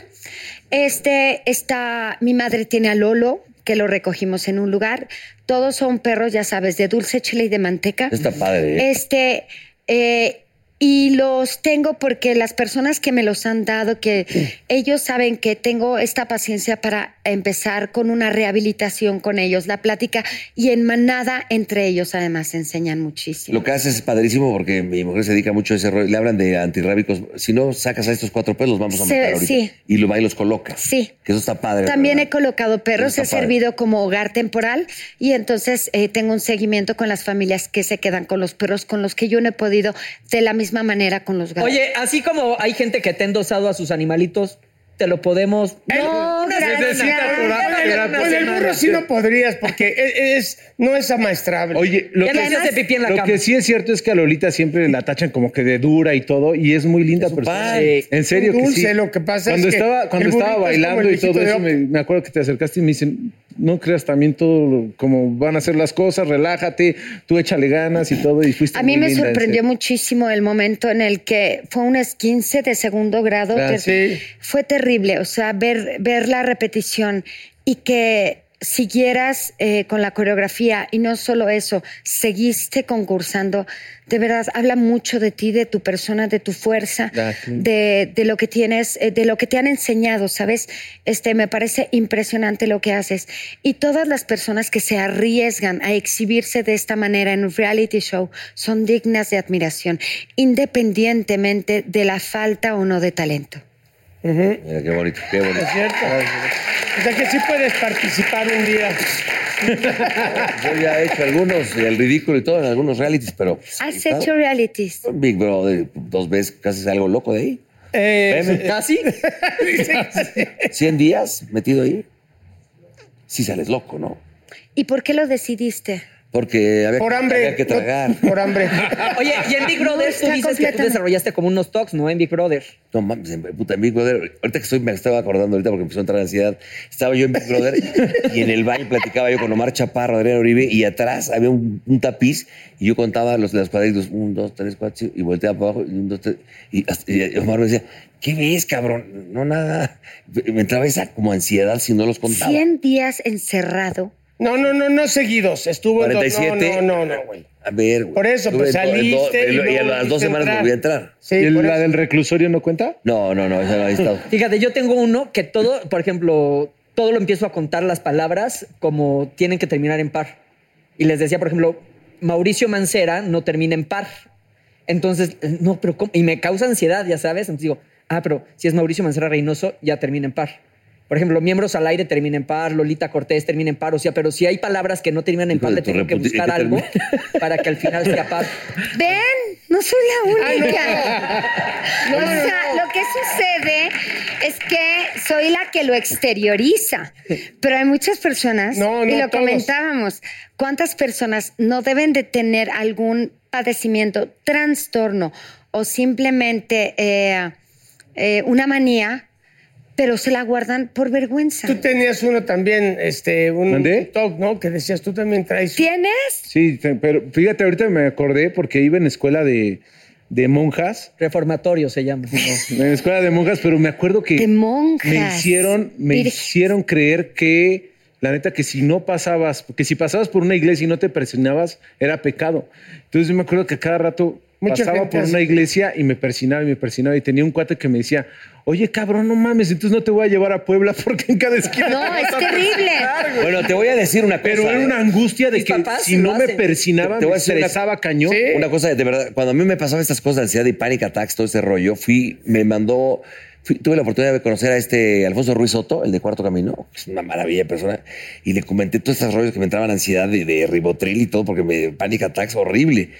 Speaker 9: Este está, mi madre tiene a Lolo, que lo recogimos en un lugar. Todos son perros, ya sabes, de dulce, chile y de manteca.
Speaker 3: Está padre. ¿eh?
Speaker 9: Este, eh, y los tengo porque las personas que me los han dado, que ellos saben que tengo esta paciencia para empezar con una rehabilitación con ellos, la plática, y en manada entre ellos además enseñan muchísimo.
Speaker 3: Lo que haces es padrísimo porque mi mujer se dedica mucho a ese rollo. Le hablan de antirrábicos. Si no sacas a estos cuatro pelos, los vamos a
Speaker 9: Se-
Speaker 3: matar ahorita.
Speaker 9: sí.
Speaker 3: Y lo va y los coloca.
Speaker 9: Sí.
Speaker 3: Que eso está padre.
Speaker 9: También he
Speaker 3: ¿verdad?
Speaker 9: colocado perros,
Speaker 3: Está
Speaker 9: he
Speaker 3: padre.
Speaker 9: servido como hogar temporal y entonces eh, tengo un seguimiento con las familias que se quedan con los perros con los que yo no he podido de la misma manera con los gatos.
Speaker 5: Oye, así como hay gente que te ha endosado a sus animalitos, te lo podemos.
Speaker 9: no, gracias.
Speaker 4: necesita
Speaker 2: Con
Speaker 4: terapia,
Speaker 2: el-
Speaker 4: terapia.
Speaker 2: con el burro pues, sí no podrías, porque e, es, es- no es amastrable.
Speaker 4: Oye, lo
Speaker 5: Ya
Speaker 4: que,
Speaker 5: no se hace pipí en la
Speaker 4: lo
Speaker 5: cama.
Speaker 4: que sí es cierto es que a Lolita siempre la tachan como que de dura y todo, y es muy linda persona.
Speaker 3: padre.
Speaker 4: En serio
Speaker 2: Un
Speaker 4: que
Speaker 2: dulce,
Speaker 4: sí.
Speaker 2: lo que pasa es
Speaker 4: cuando
Speaker 2: que
Speaker 4: estaba,
Speaker 2: el
Speaker 4: Cuando
Speaker 2: burrito
Speaker 4: estaba
Speaker 2: es como
Speaker 4: bailando
Speaker 2: el
Speaker 4: y todo
Speaker 2: viejito de
Speaker 4: eso,
Speaker 2: Oc.
Speaker 4: me, me acuerdo que te acercaste y me dicen, no creas también todo lo- como van a ser las cosas, relájate, tú échale ganas y todo. Y fuiste
Speaker 9: A mí
Speaker 4: muy
Speaker 9: me
Speaker 4: linda, en
Speaker 9: sorprendió
Speaker 4: serio.
Speaker 9: muchísimo el momento en el que fue un esquince de segundo grado.
Speaker 4: Ah,
Speaker 9: ter-
Speaker 4: sí.
Speaker 9: Fue terrible, o sea, ver, ver la repetición y que siguieras eh, con la coreografía y no solo eso, seguiste concursando. De verdad, habla mucho de ti, de tu persona, de tu fuerza,
Speaker 4: Ah, sí.
Speaker 9: de, de lo que tienes, eh, de lo que te han enseñado, ¿sabes? Este, me parece impresionante lo que haces. Y todas las personas que se arriesgan a exhibirse de esta manera en un reality show son dignas de admiración, independientemente de la falta o no de talento.
Speaker 3: Mira, qué bonito, qué bonito.
Speaker 2: Es cierto. O sea que sí puedes participar un día.
Speaker 3: Yo ya he hecho algunos, el ridículo y todo, en algunos realities, pero. pues,
Speaker 9: Has
Speaker 3: ahí está.
Speaker 9: hecho realities.
Speaker 3: Big Brother, dos veces casi salgo loco de ahí.
Speaker 2: Eh,
Speaker 3: [LAUGHS]
Speaker 5: ¿Casi?
Speaker 3: 100 días metido ahí. Sí sales loco, ¿no?
Speaker 9: ¿Y por qué lo decidiste?
Speaker 3: Porque había,
Speaker 2: por
Speaker 3: que-
Speaker 2: hambre.
Speaker 3: había que tragar.
Speaker 2: no, por hambre.
Speaker 5: Oye, y en Big Brother tú
Speaker 9: está
Speaker 5: dices que tú
Speaker 9: completamente-
Speaker 5: desarrollaste como unos talks, ¿no? En Big Brother.
Speaker 3: No mames, en- puta, en Big Brother. Ahorita que estoy, me estaba acordando ahorita porque empezó a entrar ansiedad. Estaba yo en Big
Speaker 2: [LAUGHS]
Speaker 3: Brother y en el baño platicaba yo con Omar Chaparro, Adrián Uribe, y atrás había un, un tapiz y yo contaba los, las cuadritos, un, dos, tres, cuatro, cinco, y volteaba para abajo, y un, dos, tres, y, hasta- y Omar me decía, ¿qué ves, cabrón? No, nada. Me entraba esa como ansiedad si no los contaba.
Speaker 9: 100 días encerrado.
Speaker 2: No, no, no, no seguidos. Estuvo en dos-
Speaker 3: 47.
Speaker 2: No, no, no, no, güey.
Speaker 3: A ver, güey.
Speaker 2: Por eso, pues,
Speaker 3: Estuve en do- en do-
Speaker 2: saliste y
Speaker 3: y, a
Speaker 2: luego
Speaker 3: las dos
Speaker 2: volviste a
Speaker 3: semanas
Speaker 2: entrar.
Speaker 3: volví a entrar.
Speaker 2: Sí,
Speaker 4: ¿Y el-
Speaker 2: por
Speaker 4: la
Speaker 2: eso.
Speaker 4: del reclusorio no cuenta?
Speaker 3: No, no, no, esa no había
Speaker 2: [LAUGHS]
Speaker 3: estado.
Speaker 5: Fíjate, yo tengo uno que todo, por ejemplo, todo lo empiezo a contar las palabras como tienen que terminar en par. Y les decía, por ejemplo, Mauricio Mancera no termina en par. Entonces, eh, no, pero ¿cómo? Y me causa ansiedad, ya sabes. Entonces digo, ah, pero si es Mauricio Mancera Reynoso, ya termina en par. Por ejemplo, miembros al aire termina en par, Lolita Cortés termina en par. O sea, pero si hay palabras que no terminan en
Speaker 3: Hijo
Speaker 5: par,
Speaker 3: de
Speaker 5: le
Speaker 3: tu
Speaker 5: tengo que
Speaker 3: reputi-
Speaker 5: buscar
Speaker 3: que
Speaker 5: algo
Speaker 3: termine.
Speaker 5: para que al final sea par.
Speaker 9: Ven, no soy la única.
Speaker 2: Ah, [LAUGHS] No,
Speaker 9: o
Speaker 2: no,
Speaker 9: sea,
Speaker 2: no.
Speaker 9: lo que sucede es que soy la que lo exterioriza, pero hay muchas personas,
Speaker 2: No, no,
Speaker 9: y lo
Speaker 2: todos.
Speaker 9: comentábamos, ¿cuántas personas no deben de tener algún padecimiento, trastorno o simplemente eh, eh, una manía, pero se la guardan por vergüenza?
Speaker 2: Tú tenías uno también, este, un
Speaker 4: ¿Mandé?
Speaker 2: TikTok, ¿no? Que decías, tú también traes.
Speaker 9: ¿Tienes?
Speaker 4: Sí, te- pero fíjate, ahorita me acordé porque iba en escuela de, de monjas.
Speaker 5: Reformatorio se llama.
Speaker 4: En escuela de monjas, pero me acuerdo que.
Speaker 9: De monjas.
Speaker 4: Me hicieron, me
Speaker 9: Virgen.
Speaker 4: hicieron creer que, la neta, que si no pasabas, que si pasabas por una iglesia y no te presionabas, era pecado. Entonces yo me acuerdo que a cada rato
Speaker 2: Mucha
Speaker 4: pasaba
Speaker 2: gente
Speaker 4: por
Speaker 2: hace-
Speaker 4: una iglesia y me persinaba y me persinaba. Y tenía un cuate que me decía, oye, cabrón, no mames, entonces no te voy a llevar a Puebla [LAUGHS] porque en cada esquina.
Speaker 9: No,
Speaker 2: [LAUGHS]
Speaker 9: es terrible.
Speaker 3: Bueno, te voy a decir una cosa.
Speaker 4: Pero era
Speaker 3: ¿eh?
Speaker 4: una angustia de
Speaker 5: Mis
Speaker 4: que
Speaker 5: papás
Speaker 4: si
Speaker 5: lo
Speaker 4: no me
Speaker 5: hacen.
Speaker 4: persinaba,
Speaker 3: Te voy
Speaker 4: me
Speaker 3: a decir una-
Speaker 4: estresaba cañón.
Speaker 2: Sí.
Speaker 3: Una cosa de verdad, cuando a mí me pasaban estas cosas de ansiedad y panic attacks, todo ese rollo, fui, me mandó, fui- tuve la oportunidad de conocer a este Alfonso Ruiz Soto, el de Cuarto Camino, que es una maravilla de persona, y le comenté todos estos rollos que me entraban ansiedad de, de ribotril y todo, porque me panic attacks horrible.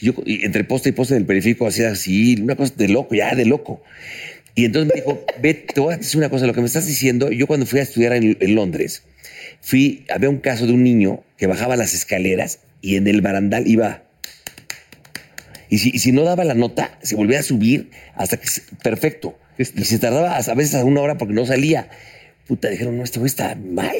Speaker 3: Y yo, y entre poste y poste del periférico, hacía así, una cosa de loco, ya de loco. Y entonces me dijo, ve, te voy a decir una cosa, lo que me estás diciendo, yo cuando fui a estudiar en, en Londres, fui, había un caso de un niño que bajaba las escaleras y en el barandal iba... Y si, y si no daba la nota, se volvía a subir hasta que... se- Perfecto.
Speaker 4: Este-
Speaker 3: Y se tardaba a veces a una hora porque no salía. Puta, dijeron, no, este güey está mal.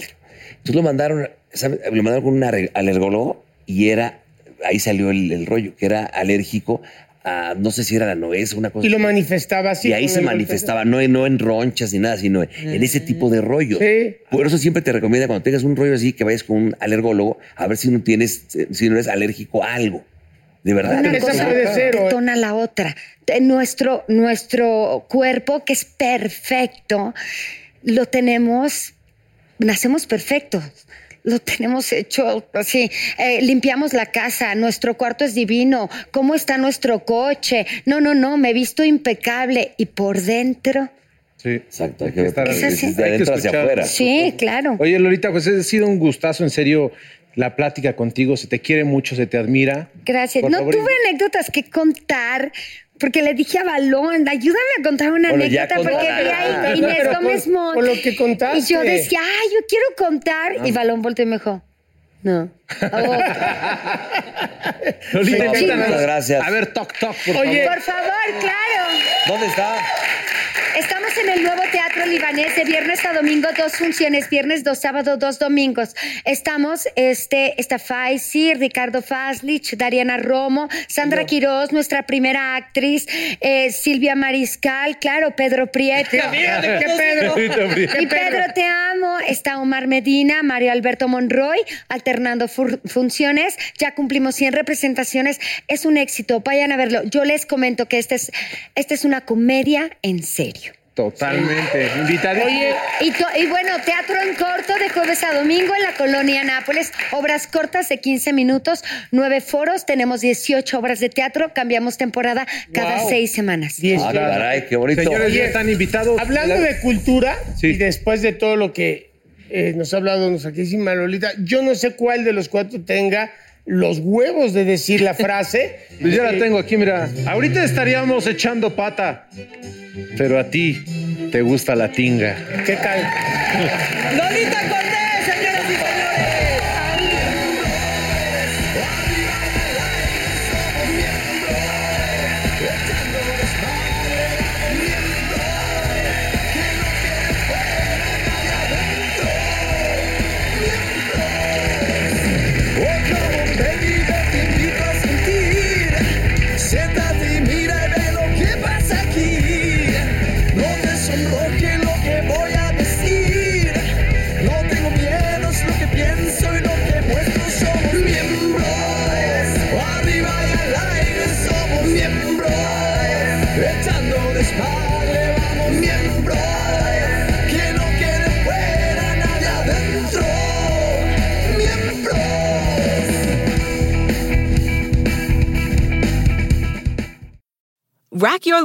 Speaker 3: Entonces lo mandaron, ¿sabes? Lo mandaron con un are- alergólogo y era... Ahí salió el, el rollo, que era alérgico a... No sé si era la nuez o una cosa
Speaker 2: Y lo manifestaba así.
Speaker 3: y ahí
Speaker 2: con
Speaker 3: se
Speaker 2: el golpe.
Speaker 3: manifestaba, no, en- no en ronchas ni nada, sino en ese tipo de rollo.
Speaker 2: Sí.
Speaker 3: Por eso siempre te recomienda cuando tengas un rollo así que vayas con un alergólogo a ver si no tienes, eh, si no eres alérgico a algo. De verdad.
Speaker 9: Una
Speaker 2: Esa
Speaker 9: cosa
Speaker 2: puede ser, ¿o?
Speaker 9: detona la otra. Eh, Nuestro, nuestro cuerpo, que es perfecto, lo tenemos, nacemos perfectos. Lo tenemos hecho así. Eh, limpiamos la casa, nuestro cuarto es divino, cómo está nuestro coche. No, no, no, me he visto impecable. Y por dentro.
Speaker 4: Sí.
Speaker 3: Exacto, hay que ver.
Speaker 4: Estar-
Speaker 3: porque
Speaker 9: Esa sí.
Speaker 3: es de
Speaker 4: Hay que
Speaker 3: adentro hacia
Speaker 4: escuchar.
Speaker 3: afuera.
Speaker 9: Sí, claro.
Speaker 4: Oye, Lolita, pues ha sido un gustazo, en serio, la plática contigo. Se te quiere mucho, se te admira. [LAUGHS]
Speaker 9: Gracias.
Speaker 4: Por
Speaker 9: No
Speaker 4: favor,
Speaker 9: tuve anécdotas que contar. Porque le dije a Balón, ayúdame a contar una
Speaker 3: Bueno, ya
Speaker 9: anécdota, porque vi
Speaker 3: contarás.
Speaker 2: Ah, [LAUGHS]
Speaker 9: a
Speaker 2: no,
Speaker 9: Inés
Speaker 2: pero
Speaker 9: Gómez
Speaker 2: con-
Speaker 9: Mont.
Speaker 2: con lo que contaste. Ah.
Speaker 9: Y yo decía, ay, yo quiero contar. Y Balón volteó y me dijo, no. Oh,
Speaker 4: Lolita,
Speaker 3: No,
Speaker 4: invítanos.
Speaker 3: muchas gracias.
Speaker 4: A ver, toc, toc, por
Speaker 2: Oye,
Speaker 9: por favor, claro.
Speaker 3: ¿Dónde está?
Speaker 9: Estamos en el nuevo Teatro Olivares. Volcanes de viernes a domingo, dos funciones, viernes, dos sábado, dos domingos. Estamos, este, está Faisy, Ricardo Faslich, Dariana Romo, Sandra Quirós, nuestra primera actriz, eh, Silvia Mariscal, claro, Pedro
Speaker 2: [LAUGHS]
Speaker 9: Prieto.
Speaker 2: ¿Qué Pedro?
Speaker 9: Y Pedro, te amo. Está Omar Medina, Mario Alberto Monroy, alternando fur- funciones. Ya cumplimos 100 representaciones. Es un éxito. Vayan a verlo. Yo les comento que esta es, esta es una comedia en serio.
Speaker 4: Totalmente. Invitado. Oye,
Speaker 9: Y, to- y bueno, teatro en corto de jueves a domingo en la colonia Nápoles. Obras cortas de 15 minutos, nueve foros. Tenemos 18 obras de teatro. Cambiamos temporada cada
Speaker 2: Wow.
Speaker 9: seis semanas.
Speaker 3: Ah, caray, qué bonito.
Speaker 4: Señores, ya están invitados.
Speaker 2: Hablando de cultura,
Speaker 4: Sí.
Speaker 2: y después de todo lo que eh, nos ha hablado nuestra queridísima Lolita, yo no sé cuál de los cuatro tenga los huevos de decir la
Speaker 4: [LAUGHS]
Speaker 2: frase. Eh,
Speaker 4: Pues ya la tengo aquí, mira. Ahorita estaríamos echando pata. Pero a ti te gusta la tinga.
Speaker 2: ¿Qué tal?
Speaker 6: Lolita Cortés, señoras y señores.
Speaker 10: Rack your